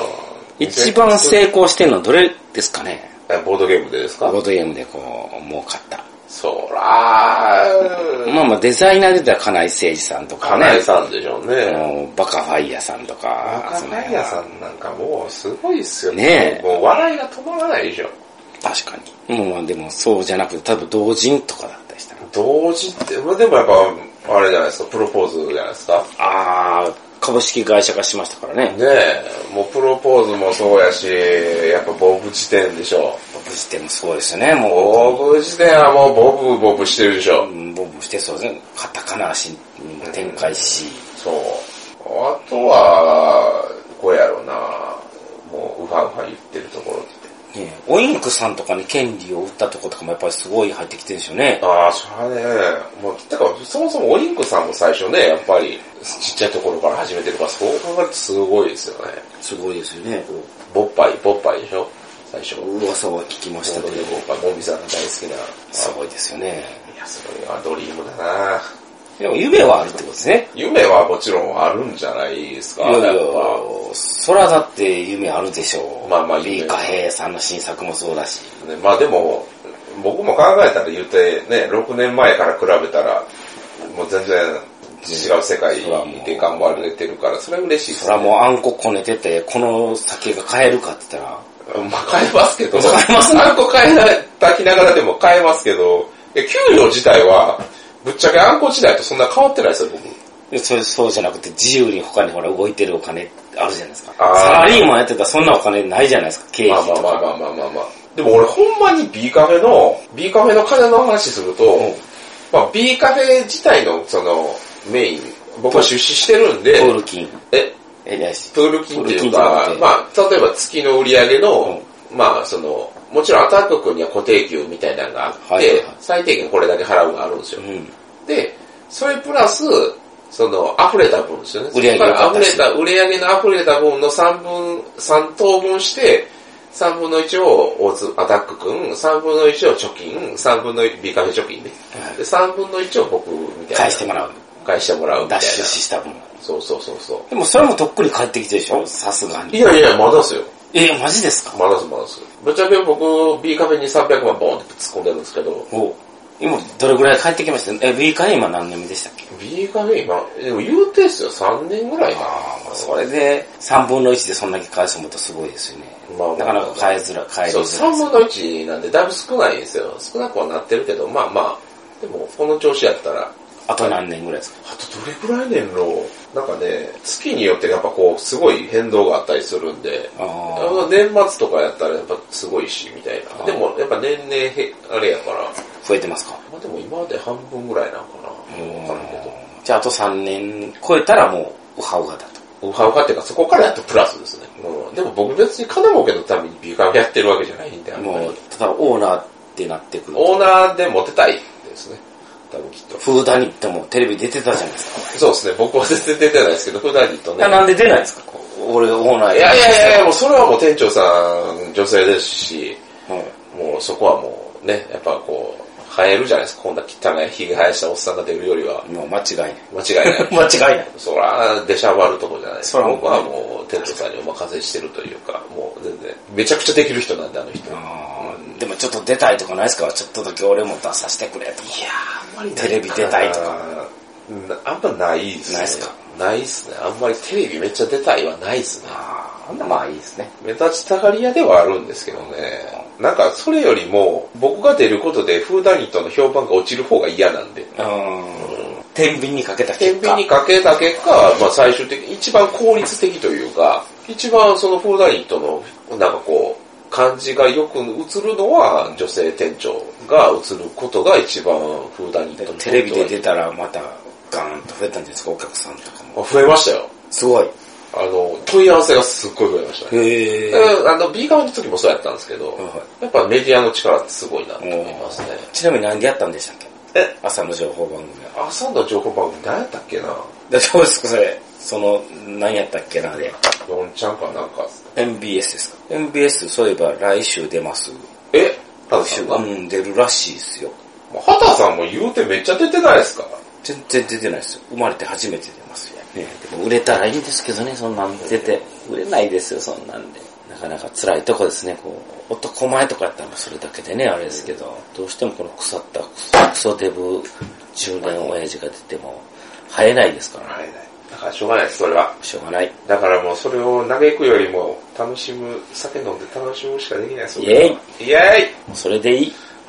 一番成功してるのはどれですかね
えボードゲームでです
ボ
か
ードゲームでこう、儲かった。
そらー、
まあまあデザイナーで言ったら金井誠二さんとか
か
ね。
なえさんでしょう
あ
ね。
の、バカファイヤさんとか。
赤パイ
その
ヤ
辺
さ
は
んなんかもうすごいっすよ
ねえ
もう笑いが止まらないでしょ。
確かに。もうまあでもそうじゃなくて、多分同人とかだったりしたら。
同時って、まあでもやっぱ、あれじゃないですか、プロポーズじゃないですか。
あー、株式会社化しましたからね。
ねえ、もうプロポーズもそうやし、やっぱボブ辞典でしょ。
ボブ時点もそうですよね、も
ボブ辞典はもうボブボブしてるでし
う。
ょ。
うんボブしてそうですね。カタカナ足にも展開し。
そう。あとは、こうやろうな、もうウハウハ言ってるところって。
ねえオインクさんとかに権利を売ったとことかもやっぱりすごい入ってきてるんですよね。
ああ、それはね、もう、てか、そもそもオリンクさんも最初ね、やっぱり、ちっちゃいところから始めてるから、そう考えるとすごいですよね。
すごいですよね。こ
ボッパイ、ボッパイでしょ最初。
う噂は聞きました
ボ
けど。
ッパイ、モミさんが大好きな。
すごいですよね。
いや、それはドリームだな
でも夢はあるってことですね。
夢はもちろんあるんじゃないです
い
か。
やいや
やっぱ、、
そらだって夢あるでしょう。
まあまあ夢
リーカヘイさんの新作もそうだし。
ねまあでも、僕も考えたら言うてね、6年前から比べたら、もう全然違う世界で頑張れてるから、それは嬉しいです
そらもうあんここねてて、この酒が買えるかって言ったら、
まあ買えますけど、
買えます
あんこ買えない、炊きながらでも買えますけど、え給料自体は、ぶっちゃけあんこ時代とそんな変わってないですよ、僕。
でそれそうじゃなくて自由に他にほら動いてるお金あるじゃないですか。
あー
サラリーマンやってたらそんなお金ないじゃないですか、経
まあ
費
ま
と
あ
か。
まあまあまあまあまあ。でも俺ほんまに B カフェの、B カフェの金の話すると、まあ B カフェ自体のそのメイン、僕は出資してるんで、
ポール金。
え、
え、だし。
プール金っていう
プール金
か
じゃなく、て
まあ、例えば月の売り上げの、まあ、その、もちろんアタック君には固定給みたいなのがあって、
はいはいはい
最低限これだけ払うのがあるんですよ
う。ん。
で、それプラス、その、溢れた分ですよね。
売り上げが
だから溢れた、
勝
売り上げの溢れた分の3分、三等分して、3分の1を大津アタック君、3分の1を貯金、3分の1、ビカフェ貯金ね。で、3分の1を僕みたいな。
返してもらう。
返してもらうみたい
脱
な。
出した分。
そうそうそうそ
でもそれもとっくに帰ってきてるでしょさすが
う。い
に。
やいや、まだですよ。
え、マジですか
まだですまだです。ぶっちゃけ僕、B カフェに300万ボーンって突っ込んでるんですけど、
お今どれぐらい帰ってきましたえ、B カ今何年目でしたっけ
B カフェ今、でも言うてっすよ、3年ぐらいかな。
それで、3分の1でそんだけ返すと思ったらすごいですよね。
まあまあ
なかなか返えづら、返りづ
そう、
らいですよ
3分の1なんでだいぶ少ないんですよ。少なくはなってるけど、まあまあ、でもこの調子やったら、
あと何年ぐらいですか
あとどれくらいねんろう。なんかね、月によってやっぱこう、すごい変動があったりするんで、
あ
あ
あ。
の年末とかやったらやっぱすごいし、みたい
あ
な。でもやっぱ年々へ、あれやから、
増えてますか
まあでも今まで半分ぐらいなのかな。わからんけど。
じゃああと3年超えたらもう、ウハウハだと。
ウハウハっていうか、そこからやっとプラスですね。うん、でも僕別に金儲けのためにビーカーやってるわけじゃないんで、あんま
もう
り。、
ただオーナーってなってくると。
オーナーでモテたいですね。多分きっと。
フーダニットもテレビ出てたじゃないですか。
そうですね、僕は全然出てないですけど、普段にと
い
ね。
やなんで出ないんですかこう俺がオーナー
いやいやいやいや、もうそれはもう店長さん、女性ですし、
はい
もうそこはもうね、やっぱこう、生えるじゃないですか、こんな汚いひげ生やしたおっさんが出るよりは、
もう間違いない。 [LAUGHS]
間違いない。
間違いない。
そら、出しゃばるとこじゃないです
そらもう
僕はもう、テトさんにお任せしてるというか、もう全然、めちゃくちゃできる人なんで、あの人。
でもちょっと出たいとかないですかちょっとだけ俺も出させてくれとか。いやあんまりテレビ出たいとか。
うん。あんまないですね。
ないっすか
ないっすね。あんまりテレビめっちゃ出たいはないっすね。
ああ、まあいいですね。
目立ちたがり屋ではあるんですけどね。なんか、それよりも、僕が出ることで、フーダニットの評判が落ちる方が嫌なんで。
うん。天秤にかけた
天
結
秤
果。
にかけた結果、まあ最終的に一番効率的というか、一番そのフーダニットの、なんかこう、感じがよく映るのは女性店長が映ることが一番フーダニッ
で
トの
テレビで出たらまたガーンと増えたんじゃないですか、お客さんとかも。
あ増えましたよ。
すごい。
あの、問い合わせがすっごい増えましたね。
へえ。
うんあの、B 側の時もそうやったんですけど、
は
やっぱメディアの力ってすごいなと思いますね。
ちなみに何でやったんでしたっけ
え
朝の情報番組は。 [LAUGHS]
朝の情報番組何やったっけな
で、どうですか、それ。その、何やったっけな、あれ。
四ちゃんかなんかっすか
MBS ですか ?MBS、そういえば来週出ます。
え畑さんが
う。ん、出るらしいですよ。
もう畑さんも言うてめっちゃ出てないですか
全然出てないですよ。生まれて初めて出ますよ。ね、でも売れたらいいですけどね、そんなん出て。売れないですよ、そんなんで。なかなか辛いとこですね、こう。男前とかやったらそれだけでね、あれですけど。どうしてもこの腐ったクソクソデブ中年親父が出ても、生えないですからね。
はいない。だからしょうがないです、それは。
しょうがない。
だからもうそれを嘆くよりも、楽しむ、酒飲んで楽しむしかできないです
イェ
イイェイ
それでい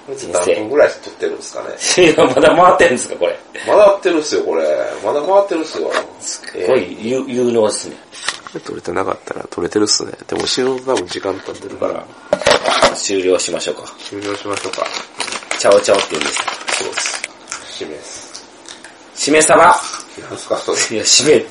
[LAUGHS] い人
何分
生。
ぐらい撮ってるんですかね。
いや、まだ回ってるんですか、これ。
まだやってるっすよ、これ。まだ回ってるっすよ。
すごい有有能ですね。
撮れてなかったら撮れてるっすね。でも後ろ多分時間経ってるから、
終了しましょうか。
終了しましょうか。
チャオチャオって言うんです。
そうです。締めです。
しめ様
なんすか、それ。
いや、締めっ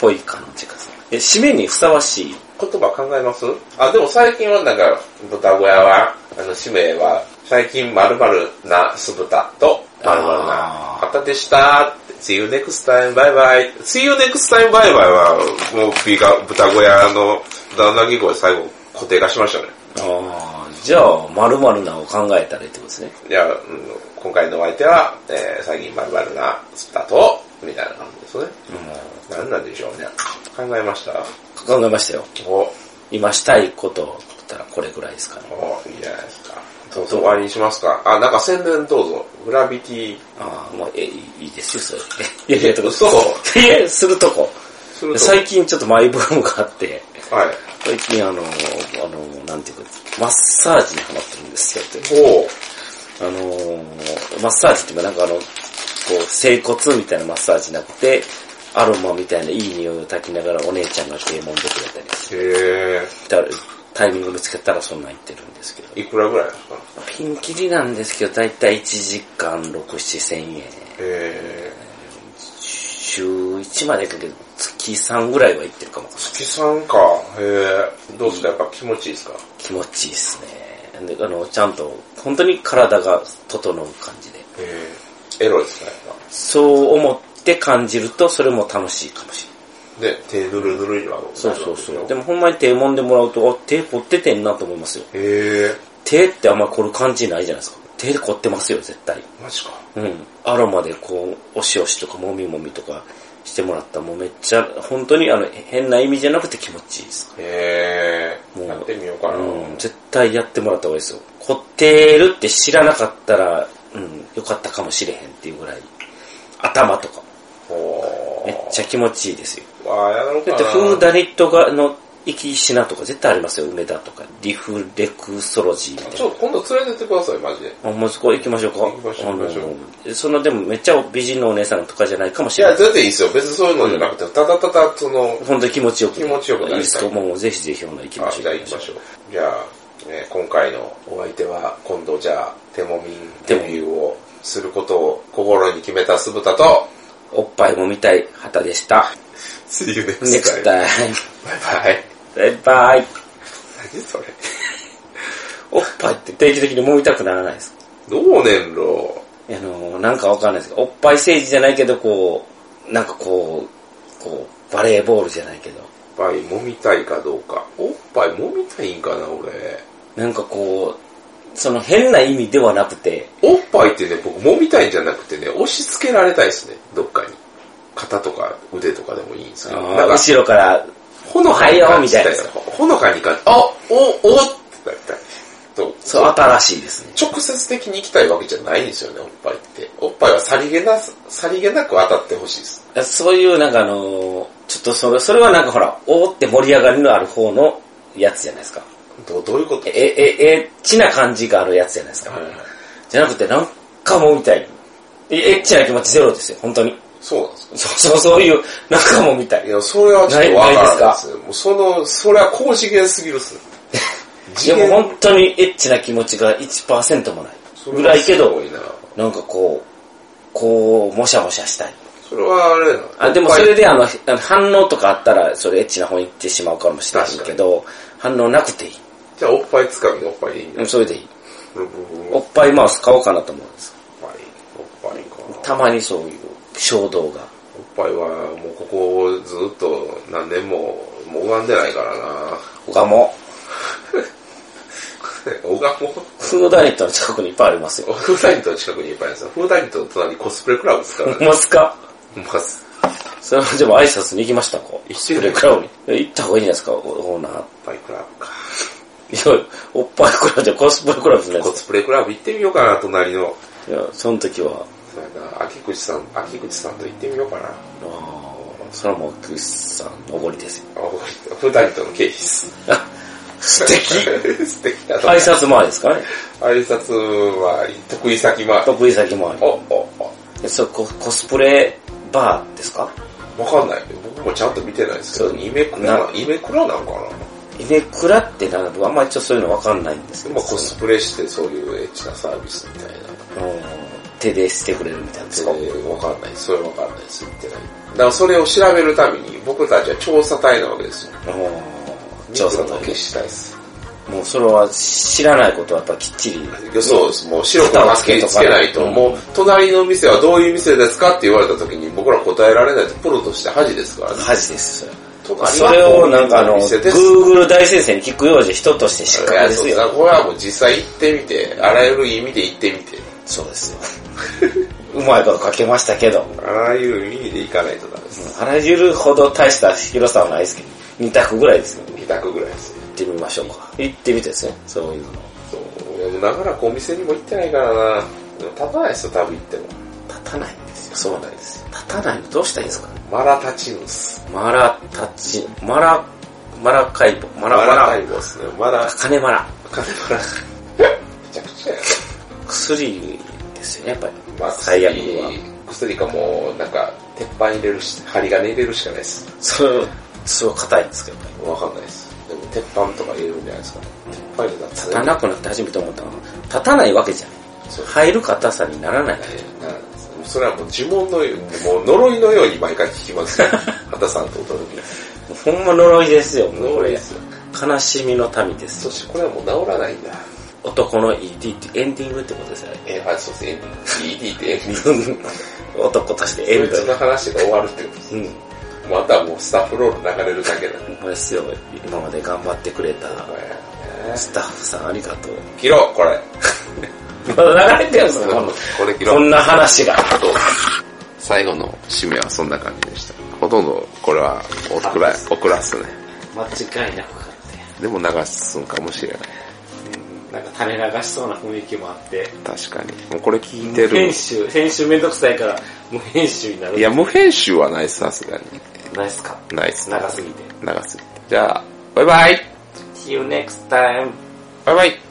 ぽい感じがする。え、締めにふさわしい。
言葉考えますあ、でも最近はなんか、ドタ小屋は、あの、使命は、最近〇〇な酢豚と、〇〇な方でしたって。See you next time, bye bye. See you next time, bye bye は、もう、ビが、豚小屋の、旦那義語で最後、固定化しましたね。
ああ、じゃあ、まるなを考えたらいいってことですね。
いや、うん、今回のお相手は、えー、最近〇〇な酢豚と、みたいな感じですね。なんなんでしょうね。考えました
考えましたよ。
お、
今したいことを言ったらこれぐらいですかね。
おいいじゃないですか。どうぞ終わりにしますか。あ、なんか宣伝どうぞ。グラビティ
ああ、もう、え、いいいいですよ、それ。 [LAUGHS] いやいや、とか、
嘘
いや、するとこ。
すると。
最近ちょっとマイブームがあって、
はい。
最近あの、あの、なんていうか、マッサージにハマってるんですよって。
おう
あのーマッサージっていうかなんかあの、こう、整骨みたいなマッサージなくて、アロマみたいないい匂いを焚きながらお姉ちゃんが手揉んでくれたりし
へ
て、だタイミング見つけたらそんなん言ってるんですけど。
え。いくらぐらいですか
ピンキリなんですけど、だいたい1時間6、7千円。
へえ。
週1まで行くけど、月3ぐらいは行ってるかも。
月さんか。へえ。どうですかやっぱ気持ちいいですか
気持ちいいですね。であの、ちゃんと、本当に体が整う感じで。
へえ。エロいですね。
そう思って感じると、それも楽しいかもしれない。
で、手ぬるぬるいのは
そうそうそう。で
も、
もほんまに手揉んでもらうと、あ、手凝っててんなと思いますよ。
へえ。
手ってあんま凝る感じないじゃないですか。手で凝ってますよ、絶対。
マジか。
うん。アロマでこう、おしおしとかもみもみとかしてもらったらもうめっちゃ、本当にあの、変な意味じゃなくて気持ちいいです。
へえ。
もう
やってみようかな。
うん。絶対やってもらった方がいいですよ。凝ってるって知らなかったら、うん、よかったかもしれへんっていうぐらい。頭とかも
お
めっちゃ気持ちいいですよ。
ー。わあ、やろうか
だ
な。
って、フーダニットが、の、行きしなとか絶対ありますよ。梅田とか、リフレクソロジーみたい
ちょ、今度連れてってください、マジで。
な。あもうそこ行きましょうか。
行きましょう行きましょう
あのそのでもめっちゃ美人のお姉さんとかじゃないかもし
い
れな
や、
い。
全然いいですよ。別にそういうのじゃなくて、ただただ、その、
本当に気持ちよく。
気持ちよくな
い
りたい
いですかもうぜひぜひほんな行きま
あ
しょう。
じゃあ行きましょう。じゃあ、えー今回のお相手は、今度じゃあ、手もみんデビューをすることを心に決めた酢豚と、
おっぱいもみたい旗でした。
See you next
ネクスタイ
バイバイ。
バイバイ。
[LAUGHS] 何それ。
おっぱいって定期的に揉みたくならないですか
どうねんろ。
あの、なんかわかんないですけど、おっぱい政治じゃないけど、こう、なんかこう、こう、バレーボールじゃないけど、
おっぱい揉みたいかどうか。おっぱい揉みたいんかな、俺。
なんかこう、その変な意味ではなくて、
おっぱいってね、僕揉みたいんじゃなくてね、押し付けられたいですね、どっかに。肩とか腕とかでもいいんですけど。なんか、
後ろから、
ほのかに感じたよ
はいよみたいな。
ほのかに感じた。
あ、お、お、
だいたいそう
そう、新しいですね。
直接的に行きたいわけじゃないんですよね、おっぱいって。おっぱいはさりげな、さりげなく当たってほしいです。
そういうなんかあのー、ちょっとそれ、それはなんかほら、おーって盛り上がりのある方のやつじゃないですか。
どうどういうこと
え、え、え、エッチな感じがあるやつじゃないですか。
はいはい
じゃなくて、なんかもうみたいに。えエッチな気持ちゼロですよ、本当に。
そうなんですか
そうそう、そういう、なんかもうみたい
い。や、それはちょっとわからない
ない
で
です
すもうその、それは高次元すぎるっす。
[LAUGHS] いやもう本当にエッチな気持ちが1%もない。ぐらいけ
それは
ど
すご、いな
なんかこう、こう、もしゃもしゃしたい。
それはあれだな
あでもそれであの、あの反応とかあったら、それエッチな方に行ってしまうかもしれないけど、反応なくていい。
じゃあおっぱいつかみのおっぱいでいいんじゃ
う
なんい
それでいい。
ブルブルブルお
お
っ
っぱいマウス買おうかなと思うんです。
ぱい、おっぱいか。
たまにそういう衝動が。
おっぱいはもうここずっと何年も、もう拝んでないからな。 [LAUGHS]
他も、
拝もう
フーダニットの近くにいっぱいありますよ。
フーダニットの近くにいっぱいあるんですよ。フーダニットの隣にコスプレクラブですから
い
ね。
ますか
まず、
それはでも挨拶に行きました、こう。
行って
スプ
る
レークラブに。行った方がいいんじゃないですか、オーナー。
おっぱいクラブか。
いや、おっぱいクラブじゃコスプレクラブじゃないで
コ
す
スプレクラブ行ってみようかな、隣の。
か。いや、その時は、
そうやな、秋口さん、秋口さんと行ってみようかな。
ああ、それはもう、クリスさんのおごりですよ。
あ、わかりフーダニットの経費です。 [LAUGHS]
あ素敵
素敵だな
挨拶前ですかね。
挨拶は、得意先は、
得意先もあ
お、
る。
お、
えそうコ、コスプレバーですか
お、わかんない。僕もちゃんと見てないですけど、
そう
イメクラ、イメクラなんかな
イメクラってなんか僕あんまりちょっとそういうのわかんないんですけ
今
ど。
コスプレしてそういうエッチなサービスみたいな。
うん手でしてくれるみたいなんですか。
えーわかんない。それわかんないです。言ってない。だからそれを調べるために、僕たちは調査隊なわけですよ。
うん調査だ
だ
け
け。したいです。
もうそれは知らないことはやっぱきっちり。
そうです。もう白黒はっきりつけないと、
うん
もう隣の店はどういう店ですかって言われた時に僕ら答えられないとプロとして恥ですからね。
恥です。
隣は
それをなんかあの、
こういう店です。
Google 大先生に聞くようじゃ人として失
い
格
や
で
そう
す
です
よ。
これはもう実際行ってみて、あらゆる意味で行ってみて。
そうですよ。うまいこと書けましたけど、
あらゆる意味で行かないとダメです。
あらゆるほど大した広さはないですけど、2択ぐらいですよ。
二択ぐらいですね。
行ってみましょうか。行ってみてですね、そういうの。
そう。でも長らくお店にも行ってないからな。でも立たないですよ、多分行っても。
立たないんですよ。そうなんですよ。立たないのどうしたらいいですか
マラタチヌス。
マラ立ち、マラ、マラカイボ、マ
マ
ラマ
ラタ
ラ
イ、ムですね。マラ、
カネマラ。
金マラ。めちゃくちゃやな。
薬ですよね、やっぱり。
まあ、
最悪は。
薬かもう、なんか、鉄板入れるし、針金入れるしかないです。
そう、そう硬いんですけど、やっぱり
わかんないです。でも、鉄板とか入れるんじゃないですか。鉄板入れたら
立たなくなって初めて思ったのは、立たないわけじゃない。
そう
入る硬さにならない。
なるんですもうそれはもう呪文のように、もう呪いのように毎回聞きます [LAUGHS] ね。畑さんと驚き。
ほんま呪いですよ、もうこ
呪い
れ
で。すよ。
悲しみの民です
そ。してこれはもう治らないんだ。
男の ED ってエンディングってことですよね。
えー、あ、そうですね。ED って ED
[LAUGHS] 男としてエ
そ
ン
いつ
ド
の話が終わるってことです。
うん。
またもうスタッフロール流れるだけだ。
ほんまですよ、今まで頑張ってくれたスタッフさんありがとう。
切ろう、これ。
まだ流れてるんですか、この
これ切
こ
ろう。
んな話が。
最後の締めはそんな感じでした。ほとんどこれはオクラ、オクラっすね。
間違いなくかっ
でも流すんかもしれない。
て。なんか垂れ流しそうな雰囲気もあって。
確かに。もうこれ聞いてる
編。集、編集めんどくさいから、無編集になる。
いや、無編集はないっす、さすがに。
ないっすか。
ないっす。
長すぎて。
長すぎて。じゃあ、バイバイ
See you next time.
バイバイ